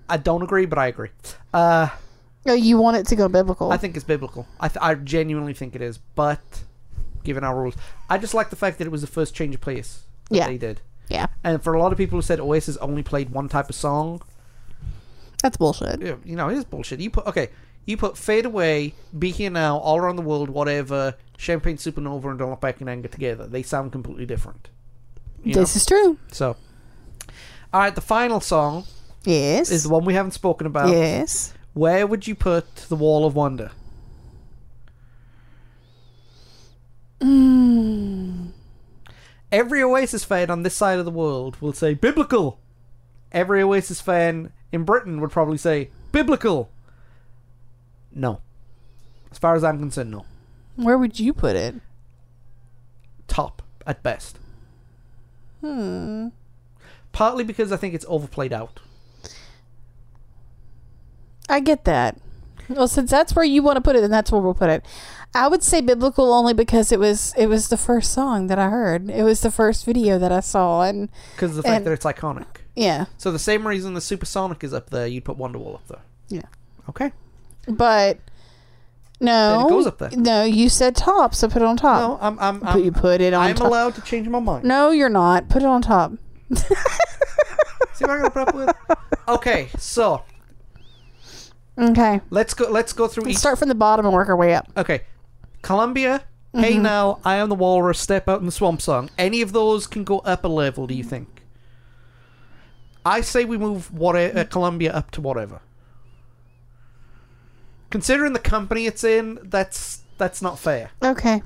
S1: I don't agree, but I agree. Uh,
S2: Oh, you want it to go biblical?
S1: I think it's biblical. I, th- I genuinely think it is, but given our rules, I just like the fact that it was the first change of place that
S2: Yeah.
S1: they did.
S2: yeah.
S1: And for a lot of people who said Oasis only played one type of song,
S2: That's bullshit.
S1: Yeah, you know, it is bullshit. You put okay, you put fade away, be here now, all around the world, whatever, champagne supernova, and don't look back in anger together. They sound completely different. You know?
S2: This is true.
S1: So, all right, the final song
S2: Yes.
S1: is the one we haven't spoken about.
S2: yes.
S1: Where would you put the Wall of Wonder?
S2: Mm.
S1: Every Oasis fan on this side of the world will say biblical. Every Oasis fan in Britain would probably say biblical. No. As far as I'm concerned, no.
S2: Where would you put it?
S1: Top at best. Hmm.
S2: Hmm.
S1: Partly because I think it's overplayed out.
S2: I get that. Well, since that's where you want to put it, then that's where we'll put it. I would say biblical only because it was it was the first song that I heard. It was the first video that I saw, and
S1: Because of the fact
S2: And-
S1: that it's iconic.
S2: yeah,
S1: So the same reason the Supersonic is up there, you'd put Wonderwall up there.
S2: yeah.
S1: Okay.
S2: But no,
S1: Then it goes up there.
S2: No, you said top, so put it on
S1: No,
S2: top.
S1: I'm I'm
S2: Um, But you
S1: I'm,
S2: put it on
S1: I'm
S2: top.
S1: allowed to change my mind.
S2: no, you're not. Put it on top.
S1: See what I'm gonna put up with? Okay, so
S2: Okay.
S1: let's go let's go through
S2: Let's
S1: each
S2: start from the bottom and work our way up.
S1: Okay. Columbia, Hey Now, I Am the Walrus, Step Out in the Swamp Song. Any of those can go up a level, do you think? I say we move what uh, Columbia up to whatever. Considering the company it's in, that's that's not fair.
S2: Okay.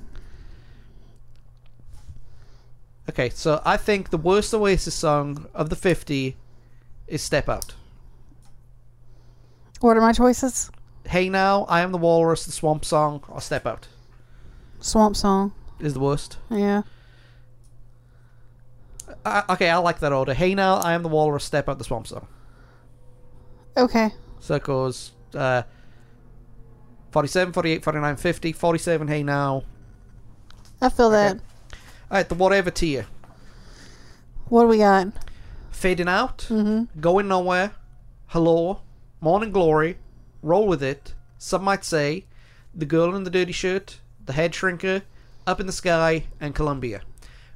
S1: Okay, so I think the worst Oasis song of the 50 is Step Out.
S2: What are my choices?
S1: Hey Now, I Am the Walrus, The Swamp Song, or Step Out
S2: Swamp song.
S1: is the worst.
S2: Yeah.
S1: I, okay, I like that order. Hey Now, I Am the Walrus, Step Out, The Swamp Song.
S2: Okay.
S1: So it goes uh, 47, 48, 49, 50, 47, Hey Now.
S2: I feel that.
S1: Alright, the whatever tier.
S2: What do we got?
S1: Fading Out, Going Nowhere, Hello, Morning Glory, Roll With It, Some Might Say, The Girl in the Dirty Shirt, The Head Shrinker, Up in the Sky, and Columbia.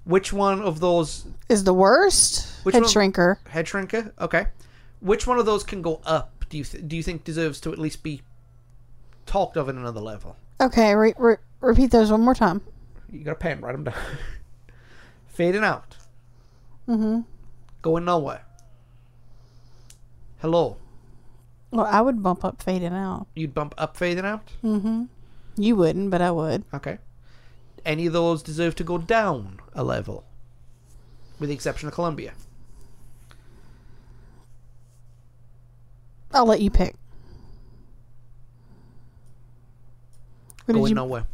S1: Which one of those
S2: Is the worst
S1: Which
S2: head
S1: one-
S2: shrinker?
S1: Head Shrinker? Okay. Which one of those can go up? Do you th- do you think deserves to at least be talked of in another level?
S2: Okay, re- re- repeat those one more time.
S1: You got a pen, write them down. Fading out. Mm-hmm.
S2: Mm-hmm.
S1: Going nowhere. Hello.
S2: Well, I would bump up fading out.
S1: You'd bump up fading out?
S2: You wouldn't, but I would.
S1: Okay. Any of those deserve to go down a level, with the exception of Columbia.
S2: I'll let you pick. What did
S1: Going
S2: you-
S1: nowhere.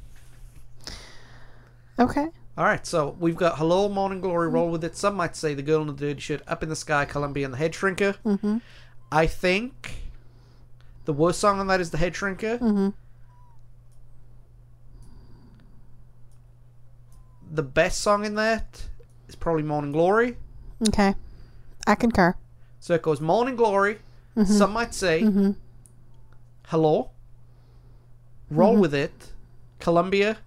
S2: Okay.
S1: All right, so we've got Hello, Morning Glory, Roll With It. Some might say The Girl in the Dirty Shirt, Up in the Sky, Columbia, and The Head Shrinker. Mm-hmm. I think the worst song on that is The Head Shrinker. Mm-hmm. The best song in that is probably Morning Glory.
S2: Okay. I concur.
S1: So it goes Morning Glory, Some Might Say,
S2: Mm-hmm.
S1: Hello, Roll With It, Columbia,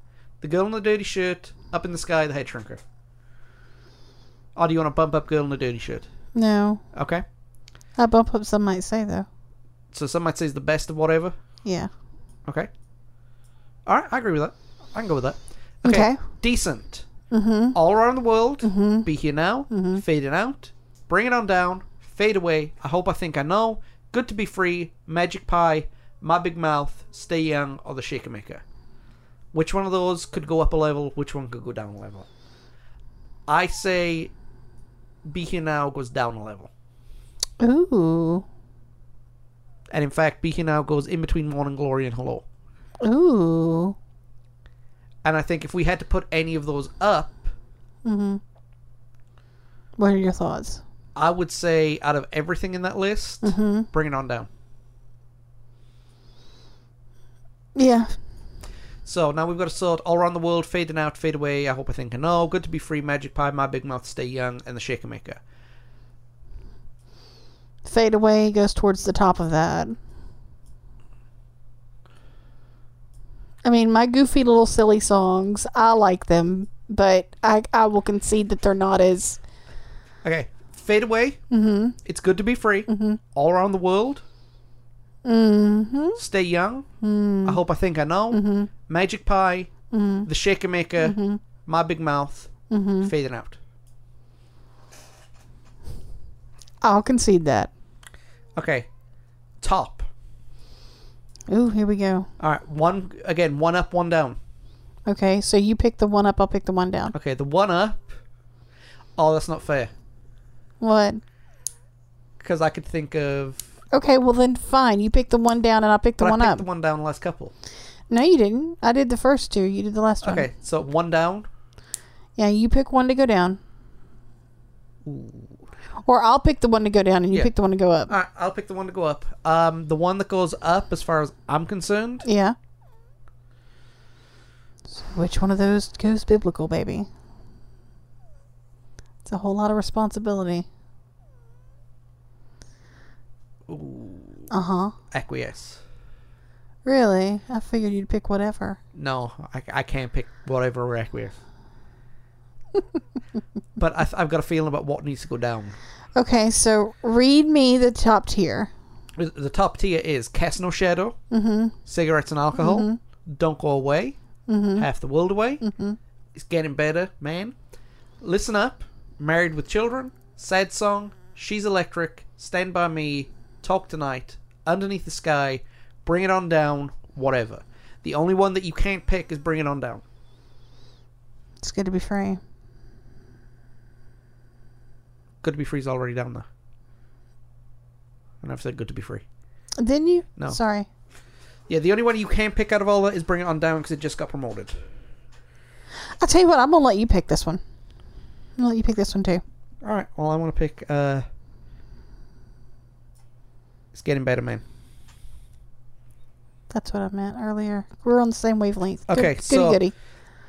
S1: The Girl in the Dirty Shirt, Up in the Sky, The Head Shrinker. Or do you want to bump up Girl in the Dirty Shirt?
S2: No.
S1: Okay.
S2: I bump up some might say though.
S1: So Some Might Say is the best of whatever.
S2: Yeah.
S1: Okay. All right, I agree with that. I can go with that.
S2: Okay.
S1: Decent. Mm-hmm. All around the world. Be here now. Fading out. Bring it on down. Fade away. I hope I think I know. Good to be free. Magic pie. My big mouth. Stay young. Or the shaker maker. Which one of those could go up a level? Which one could go down a level? I say, be here now goes down a level.
S2: Ooh.
S1: And in fact, be here now goes in between morning glory and hello.
S2: Ooh.
S1: And I think if we had to put any of those up,
S2: Mm-hmm. What are your thoughts? Mm-hmm.
S1: I would say out of everything in that list, bring it on down.
S2: Yeah.
S1: So now we've got to sort all around the world, fading out, fade away. I hope I think I know. Good to be free, Magic Pie, My Big Mouth, Stay Young, and The Shaker Maker.
S2: Fade away goes towards the top of that. I mean, my goofy little silly songs, I like them, but I I will concede that they're not as
S1: Okay, fade away. Mm-hmm. It's good to be free.
S2: Mm-hmm.
S1: All around the world. Mm-hmm. Stay young.
S2: Mm-hmm.
S1: I hope I think I know. Magic Pie, The Shaker Maker,
S2: Mm-hmm.
S1: My Big Mouth, fading out.
S2: I'll concede that.
S1: Okay, top.
S2: Ooh, here we go.
S1: All right, one again, one up, one down.
S2: Okay, so you pick the one up, I'll pick the one down.
S1: Okay, the one up. Oh, that's not fair.
S2: What?
S1: Because I could think of.
S2: Okay, well then fine. You pick the one down and I'll pick the
S1: But
S2: one
S1: I picked
S2: up.
S1: the one down last couple.
S2: No, you didn't. I did the first two. You did the last one.
S1: Okay, so one down.
S2: Yeah, you pick one to go down. Or I'll pick the one to go down and you
S1: Yeah. Uh,
S2: pick the one to go up.
S1: All right, I'll pick the one to go up. Um, the one that goes up, as far as I'm concerned,
S2: Yeah. So which one of those goes biblical, baby? It's a whole lot of responsibility. Uh huh.
S1: acquiesce.
S2: Really? I figured you'd pick whatever.
S1: No, I, I can't pick whatever or acquiesce. but I, I've got a feeling about what needs to go down.
S2: Okay, so read me the top tier.
S1: The- The top tier is Cast No Shadow, Cigarettes and Alcohol, Don't Go Away, Half the World Away, It's Getting Better, Man, Listen Up, Married with Children, Sad Song, She's Electric, Stand By Me, Talk Tonight, Underneath the Sky, Bring It On Down, whatever. The only one that you can't pick is Bring It On Down.
S2: It's good to be free.
S1: Good to Be Free's already down there. And I've said Good to Be Free.
S2: Didn't you?
S1: No.
S2: Sorry.
S1: Yeah, the only one you can pick out of all that is Bring It On Down because it just got promoted.
S2: I'll tell you what, I'm gonna let you pick this one. I'll let you pick this one too.
S1: All right. Well, I want to pick. uh It's getting better, man.
S2: That's what I meant earlier. We're on the same wavelength. Good-
S1: Okay,
S2: goody
S1: so-
S2: goody.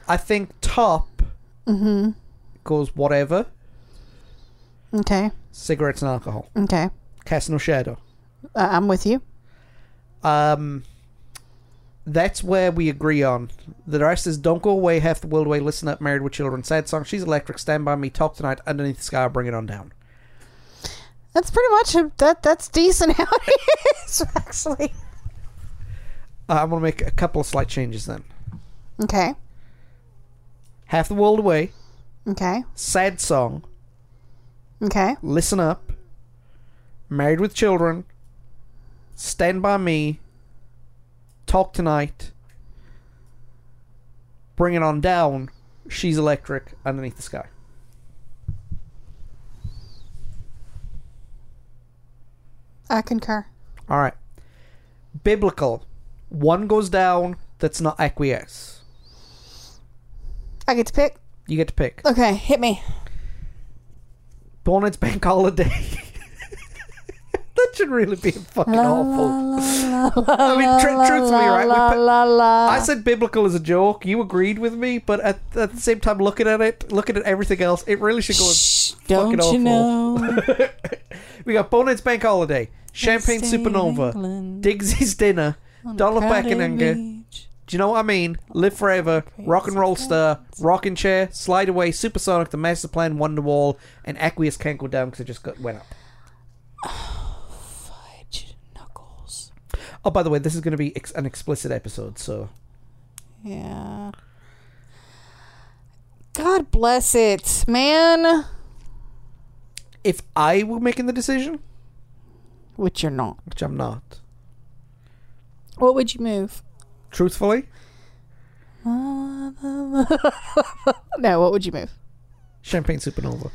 S1: I think top
S2: Mhm.
S1: goes whatever
S2: Okay.
S1: cigarettes and alcohol.
S2: Okay.
S1: Cast no shadow.
S2: Uh, I'm with you.
S1: Um, that's where we agree on. The rest is don't go away, half the world away. Listen up, married with children. Sad song. She's electric. Stand by me. Talk tonight. Underneath the sky. Bring it on down.
S2: That's pretty much a, that. That's decent how it is actually.
S1: Uh, I'm gonna make a couple of slight changes then.
S2: Okay.
S1: Half the world away.
S2: Okay.
S1: Sad song.
S2: Okay.
S1: Listen Up, Married with Children, Stand By Me, Talk Tonight, Bring It On Down, She's Electric, Underneath the Sky.
S2: I concur.
S1: All right. Biblical. One goes down that's not acquiesce.
S2: I get to pick.
S1: You get to pick.
S2: Okay, hit me.
S1: Born it's bank holiday. that should really be fucking awful. oh. I mean, tr- truthfully, right? we put-
S2: La la.
S1: I said biblical as a joke. You agreed with me, but at, at the same time, looking at it, looking at everything else, it really should go.
S2: Shh,
S1: fucking
S2: don't
S1: awful.
S2: you know?
S1: We got Bonet's Bank Holiday, Champagne
S2: Stay in
S1: Supernova,
S2: England,
S1: Diggsy's Dinner,
S2: on the
S1: Dollar Back
S2: crowded
S1: and Anger. Do
S2: beach.
S1: you know what I mean? Live Forever, Rock and Roll Star, Rockin' Chair, Slide Away, Supersonic, The Master Plan, Wonderwall, and Aqueous can't go down because it just got, went up.
S2: Fudge knuckles.
S1: Oh, by the way, this is going to be ex- an explicit episode, so
S2: Yeah. God bless it, man.
S1: if I were making the decision,
S2: Which you're not.
S1: which I'm not,
S2: What would you move?
S1: truthfully,
S2: No, what would you move?
S1: Champagne Supernova.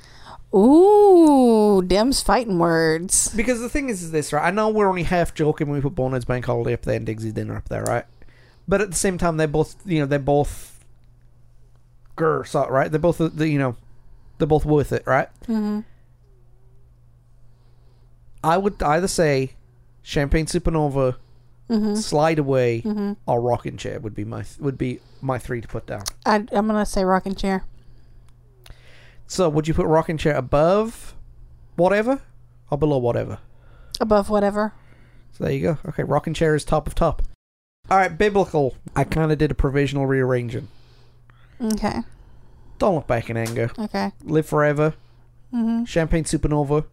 S2: Ooh, Dem's fighting words.
S1: Because the thing is, is this right? I know we're only half joking when we put Bonehead's Bank Holiday up there and Digsy's Dinner up there, right? But at the same time, they're both you know they're both grr so- right? They're both uh, the you know they're both worth it, right? Mm-hmm. I would either say Champagne Supernova, Slide Away, or Rocking Chair would be my would be my three to put down.
S2: I, I'm gonna say rocking chair.
S1: So would you put Rocking Chair above whatever or below whatever?
S2: Above whatever.
S1: So there you go. Okay, rocking chair is top of top. All right, biblical. I kind of did a provisional rearranging.
S2: Okay.
S1: Don't look back in anger.
S2: Okay. Mm-hmm,
S1: Live forever. Champagne supernova.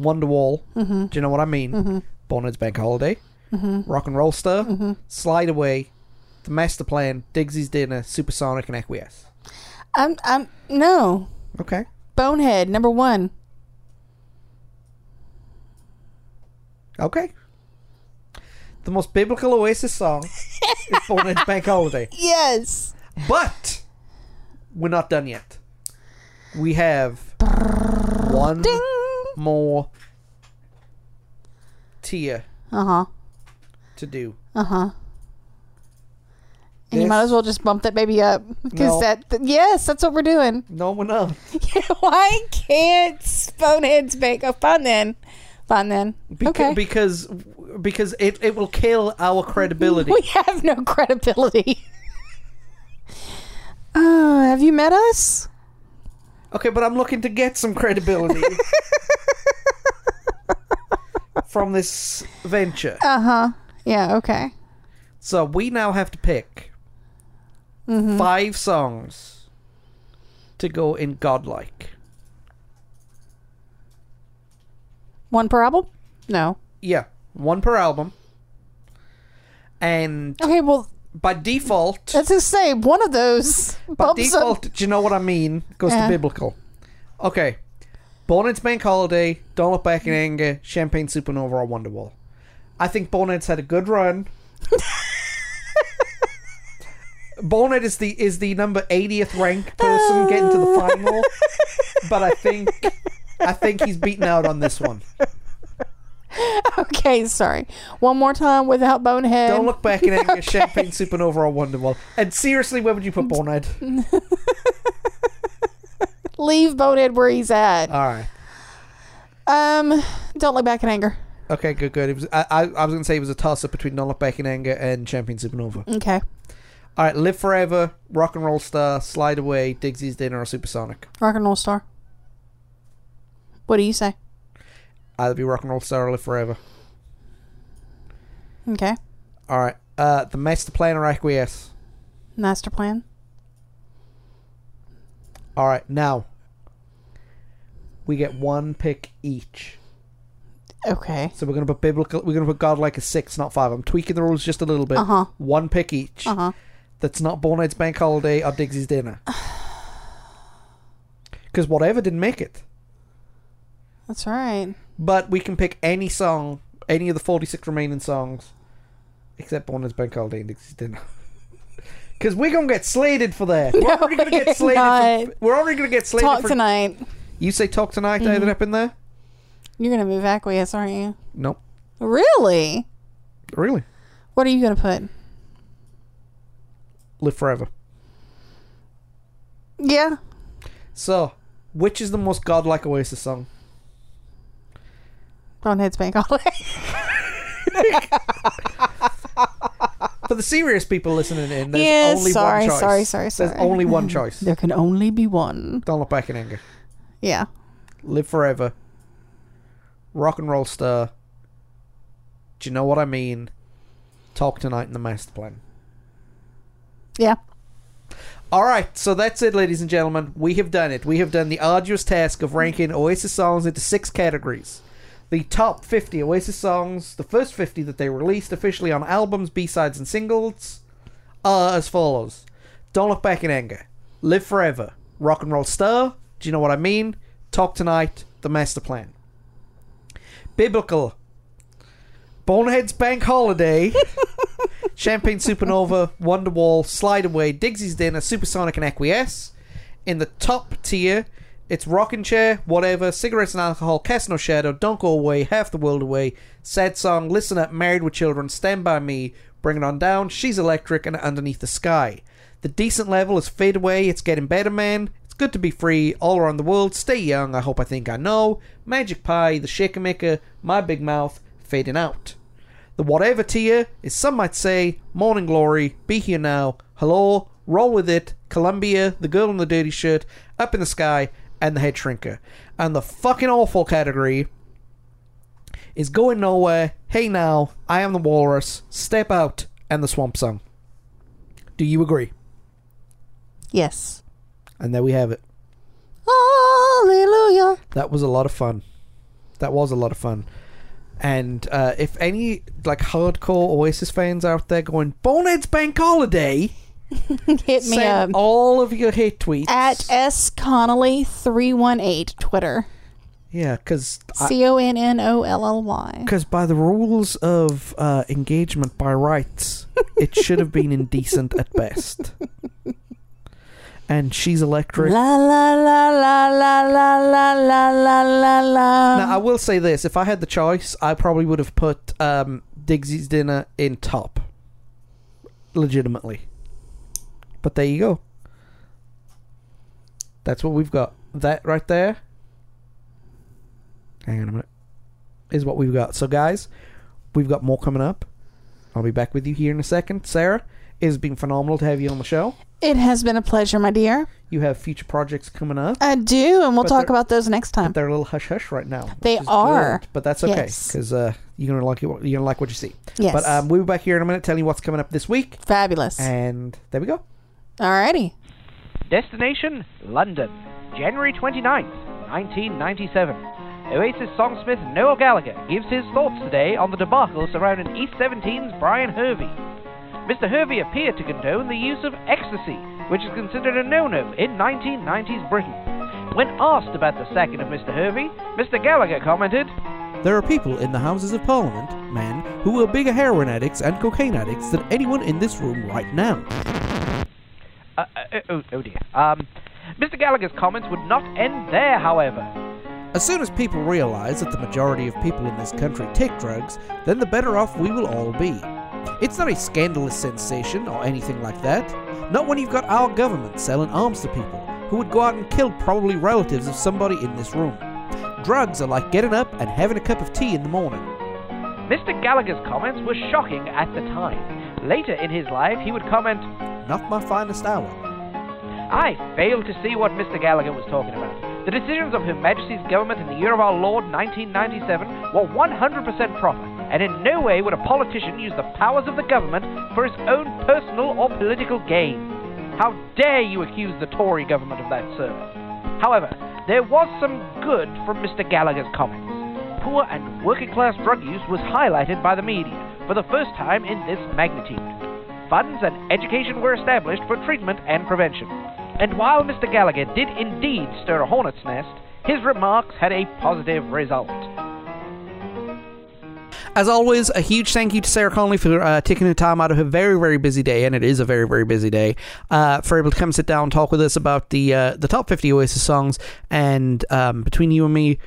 S1: Wonderwall. Mm-hmm. Do you know what I mean?
S2: Mm.
S1: Mm-hmm. Bonnard's bank holiday. Rock and roll star. Slide away. The master plan. Diggsy's dinner. Supersonic and acquiesce.
S2: I'm. I'm. No.
S1: Okay.
S2: Bonehead number one.
S1: Okay. The most biblical Oasis song is Bonnard's bank holiday.
S2: Yes.
S1: But we're not done yet. We have one more tier
S2: Uh huh.
S1: to do.
S2: Uh huh. And you might
S1: This-
S2: as well just bump that baby up because
S1: No.
S2: that. th- yes, that's what we're doing.
S1: No, we're not.
S2: Why can't boneheads bake? Oh, fine then. Fine then.
S1: Beca-
S2: okay.
S1: Because because it, it will kill our credibility.
S2: we have no credibility. Oh, have you met us?
S1: Okay, but I'm looking to get some credibility from this venture.
S2: Uh huh. Yeah. Okay.
S1: So we now have to pick five songs to go in Godlike.
S2: One per album? No.
S1: Yeah, one per album. And
S2: Okay. Well,
S1: by default,
S2: that's the same. One of those
S1: by
S2: bumps up.
S1: default, do you know what I mean? Goes
S2: Yeah.
S1: to biblical. Okay. Born into Bank Holiday, Don't Look Back in Anger, Champagne Supernova, or Wonderwall. I think Bonehead's had a good run. Bonehead is the is the number 80th ranked person getting to the final, but I think I think he's beaten out on this one.
S2: Okay, sorry. One more time without bonehead.
S1: Don't look back in anger. Champagne Supernova or Wonderwall. And seriously, where would you put Bonehead?
S2: Leave bonehead where he's at.
S1: All right.
S2: Um, don't look back in anger.
S1: Okay, good, good. It was, I, I, I was going to say it was a toss up between Don't Look Back in Anger and Champagne Supernova.
S2: Okay.
S1: All right, Live Forever, Rock and Roll Star, Slide Away, Diggsy's Dinner, or Supersonic.
S2: Rock and roll star. What do you say?
S1: Either be Rock and Roll Star or Live Forever.
S2: Okay.
S1: All right, uh, The Master Plan or Acquiesce.
S2: Master plan.
S1: All right, now we get one pick each.
S2: Okay.
S1: So we're going to put biblical. We're going to put Godlike as six, not five. I'm tweaking the rules just a little bit.
S2: Uh-huh.
S1: One pick each.
S2: Uh huh.
S1: that's not Bonehead's Bank Holiday or Diggsy's Dinner. Because whatever didn't make it.
S2: That's all right.
S1: But we can pick any song, any of the 46 remaining songs, except Bonehead's Bank Holiday and Diggsy's Dinner. Because we're going to get slated for that. we're already going to
S2: you're
S1: get slated for.
S2: not.
S1: We're already going to get slated
S2: Talk
S1: for.
S2: tonight. Mm-hmm.
S1: You say Talk Tonight, either up in there?
S2: You're gonna move acquiesce, aren't you?
S1: Nope.
S2: Really?
S1: Really?
S2: What are you gonna put?
S1: Live forever.
S2: Yeah.
S1: So, which is the most godlike Oasis song?
S2: Don't headspank all day.
S1: For the serious people listening in, there's
S2: Yeah,
S1: only
S2: sorry,
S1: one choice.
S2: sorry, sorry,
S1: There's
S2: sorry.
S1: only one choice.
S2: There can only be one.
S1: Don't look back in anger.
S2: Yeah.
S1: Live forever. Rock and roll star. Do you know what I mean? Talk tonight in the master plan.
S2: Yeah.
S1: All right, so that's it, ladies and gentlemen. We have done it. We have done the arduous task of ranking Oasis songs into six categories. The top 50 Oasis songs, the first 50 that they released officially on albums, B sides, and singles, are as follows Don't Look Back in Anger, Live Forever, Rock and Roll Star, Do You Know What I Mean? Talk Tonight, The Master Plan. Biblical, Bonehead's Bank Holiday. Champagne Supernova, Wonderwall, Slide Away, Dixie's Dinner, Supersonic, and Acquiesce. In the top tier, it's Rockin' Chair, Whatever, Cigarettes and Alcohol, Cast No Shadow, Don't Go Away, Half the World Away, Sad Song, Listen Up, Married with Children, Stand By Me, Bring It On Down, She's Electric, and Underneath the Sky. The decent level is Fade Away, It's Getting Better Man, It's Good to Be Free, All Around the World, Stay Young, I Hope I Think I Know, Magic Pie, The Shaker Maker, My Big Mouth, Fading Out. The whatever tier is some might say Morning Glory, Be Here Now, Hello, Roll With It, Columbia, The Girl in the Dirty Shirt, Up in the Sky, and The Head Shrinker. And the fucking awful category is Going Nowhere, Hey Now, I Am the Walrus, Step Out, and The Swamp Song. Do you agree?
S2: Yes.
S1: And there we have it.
S2: Hallelujah.
S1: That was a lot of fun. That was a lot of fun. And uh, if any like hardcore Oasis fans out there going Bonehead's Bank Holiday,
S2: Hit me up.
S1: Send all of your hate tweets.
S2: at S Connolly three one eight Twitter.
S1: yeah, because
S2: C O N N O L L Y.
S1: because by the rules of uh, engagement by rights, it should have been indecent at best. And she's electric.
S2: La la la la la la la la la la
S1: now I
S2: la.
S1: will say this: if I had the choice, I probably would have put um, Dixie's dinner in top, legitimately. But there you go. That's what we've got. That right there. Hang on a minute. Is what we've got. So guys, we've got more coming up. I'll be back with you here in a second. Sarah, it has been phenomenal to have you on the show.
S2: It has been a pleasure, my dear.
S1: You have future projects coming up.
S2: I do, and we'll
S1: But
S2: talk
S1: there-
S2: about those next time.
S1: They're a little hush hush right now.
S2: They
S1: which is
S2: are.
S1: good, but that's okay
S2: Yes.
S1: because uh, you're gonna like it, you're gonna like what you see.
S2: Yes.
S1: But um, we'll be back here in a minute telling you what's coming up this week,
S2: Fabulous.
S1: and there we go.
S2: Alrighty.
S3: Destination London, January 29th, 1997. Oasis songsmith Noel Gallagher gives his thoughts today on the debacle surrounding East 17's Brian Hervey. Mr. Hervey appeared to condone the use of ecstasy, which is considered a no no in 1990s Britain. When asked about the sacking of Mr. Hervey, Mr. Gallagher commented,
S1: There are people in the Houses of Parliament, men, who are bigger heroin addicts and cocaine addicts than anyone in this room right now.
S3: uh, uh, oh, oh dear. Um, Mr. Gallagher's comments would not end there, however.
S1: As soon as people realize that the majority of people in this country take drugs, then the better off we will all be. It's not a scandalous sensation or anything like that. Not when you've got our government selling arms to people who would go out and kill probably relatives of somebody in this room. Drugs are like getting up and having a cup of tea in the morning.
S3: Mr. Gallagher's comments were shocking at the time. Later in his life, he would comment,
S1: Not my finest hour.
S3: I failed to see what Mr. Gallagher was talking about. The decisions of Her Majesty's government in the year of our Lord 1997 were 100% proper, and in no way would a politician use the powers of the government for his own personal or political gain. How dare you accuse the Tory government of that, sir? However, there was some good from Mr. Gallagher's comments. Poor and working class drug use was highlighted by the media for the first time in this magnitude funds and education were established for treatment and prevention. And while Mr. Gallagher did indeed stir a hornet's nest, his remarks had a positive result.
S1: As always, a huge thank you to Sarah Conley for uh, taking the time out of her very, very busy day, and it is a very, very busy day, uh, for able to come sit down and talk with us about the uh, the top 50 Oasis songs. And um, between you and me,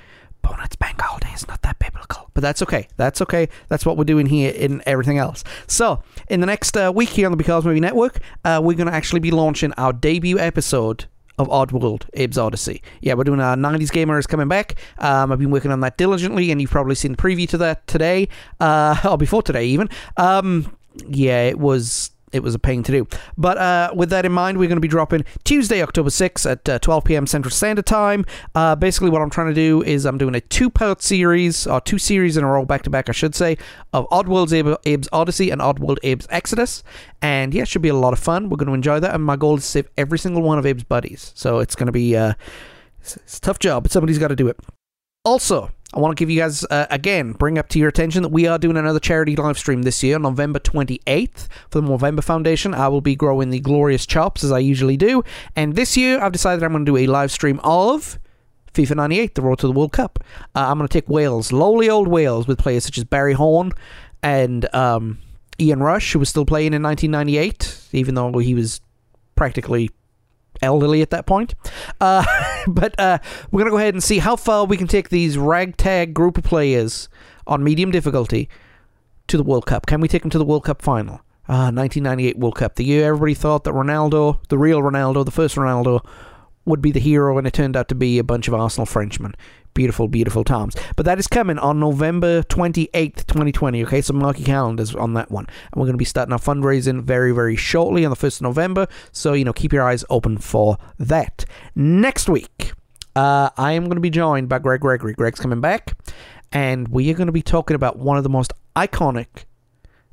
S4: Opponents Bank Holiday is not that biblical. But that's okay. That's okay. That's what we're doing here in everything else. So, in the next uh, week here on the Because Movie Network, uh, we're going to actually be launching our debut episode of Oddworld, Abe's Odyssey. Yeah, we're doing our 90s Gamer is coming back. Um, I've been working on that diligently, and you've probably seen the preview to that today, uh, or before today even. Um, yeah, it was it was a pain to do. But uh, with that in mind, we're going to be dropping Tuesday, October 6th at uh, 12 p.m. Central Standard Time. Uh, basically, what I'm trying to do is I'm doing a two part series, or two series in a row, back to back, I should say, of Oddworld's Abe, Abe's Odyssey and Oddworld Abe's Exodus. And yeah, it should be a lot of fun. We're going to enjoy that. And my goal is to save every single one of Abe's buddies. So it's going to be uh, it's, it's a tough job, but somebody's got to do it. Also, I want to give you guys uh, again bring up to your attention that we are doing another charity live stream this year, November 28th for the November Foundation. I will be growing the glorious chops as I usually do, and this year I've decided I'm going to do a live stream of FIFA 98, the road to the World Cup. Uh, I'm going to take Wales, lowly old Wales, with players such as Barry Horn and um, Ian Rush, who was still playing in 1998, even though he was practically elderly at that point. Uh, but uh, we're going to go ahead and see how far we can take these ragtag group of players on medium difficulty to the World Cup. Can we take them to the World Cup final? Ah, 1998 World Cup, the year everybody thought that Ronaldo, the real Ronaldo, the first Ronaldo, would be the hero, and it turned out to be a bunch of Arsenal Frenchmen. Beautiful, beautiful times. But that is coming on November 28th, 2020. Okay, so mark your calendars on that one. And we're going to be starting our fundraising very, very shortly on the 1st of November. So, you know, keep your eyes open for that. Next week, uh, I am going to be joined by Greg Gregory. Greg's coming back, and we are going to be talking about one of the most iconic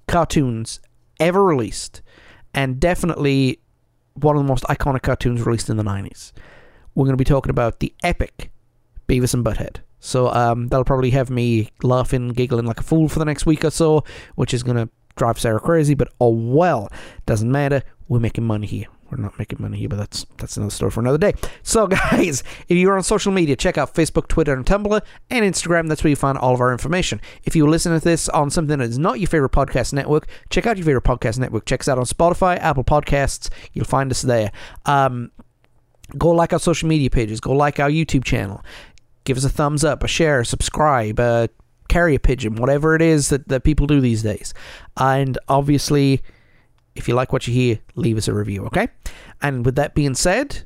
S4: cartoons ever released, and definitely one of the most iconic cartoons released in the 90s. We're going to be talking about the epic Beavis and Butthead. So um, that'll probably have me laughing, giggling like a fool for the next week or so, which is going to drive Sarah crazy, but oh well. Doesn't matter. We're making money here. We're not making money here, but that's that's another story for another day. So, guys, if you're on social media, check out Facebook, Twitter, and Tumblr, and Instagram. That's where you find all of our information. If you listen to this on something that is not your favorite podcast network, check out your favorite podcast network. Check us out on Spotify, Apple Podcasts. You'll find us there. Um, go like our social media pages, go like our YouTube channel, give us a thumbs up, a share, a subscribe, a carrier pigeon, whatever it is that, that people do these days. And obviously, if you like what you hear, leave us a review, okay? And with that being said,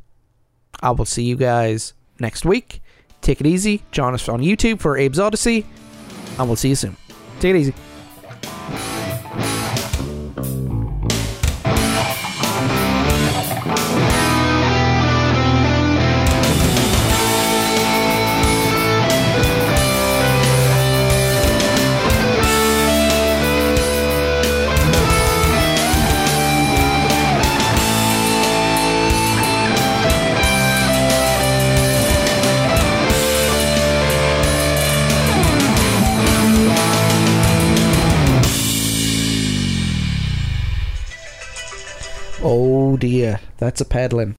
S4: I will see you guys next week. Take it easy. Join us on YouTube for Abe's Odyssey, and we'll see you soon. Take it easy. Oh dear, that's a peddling.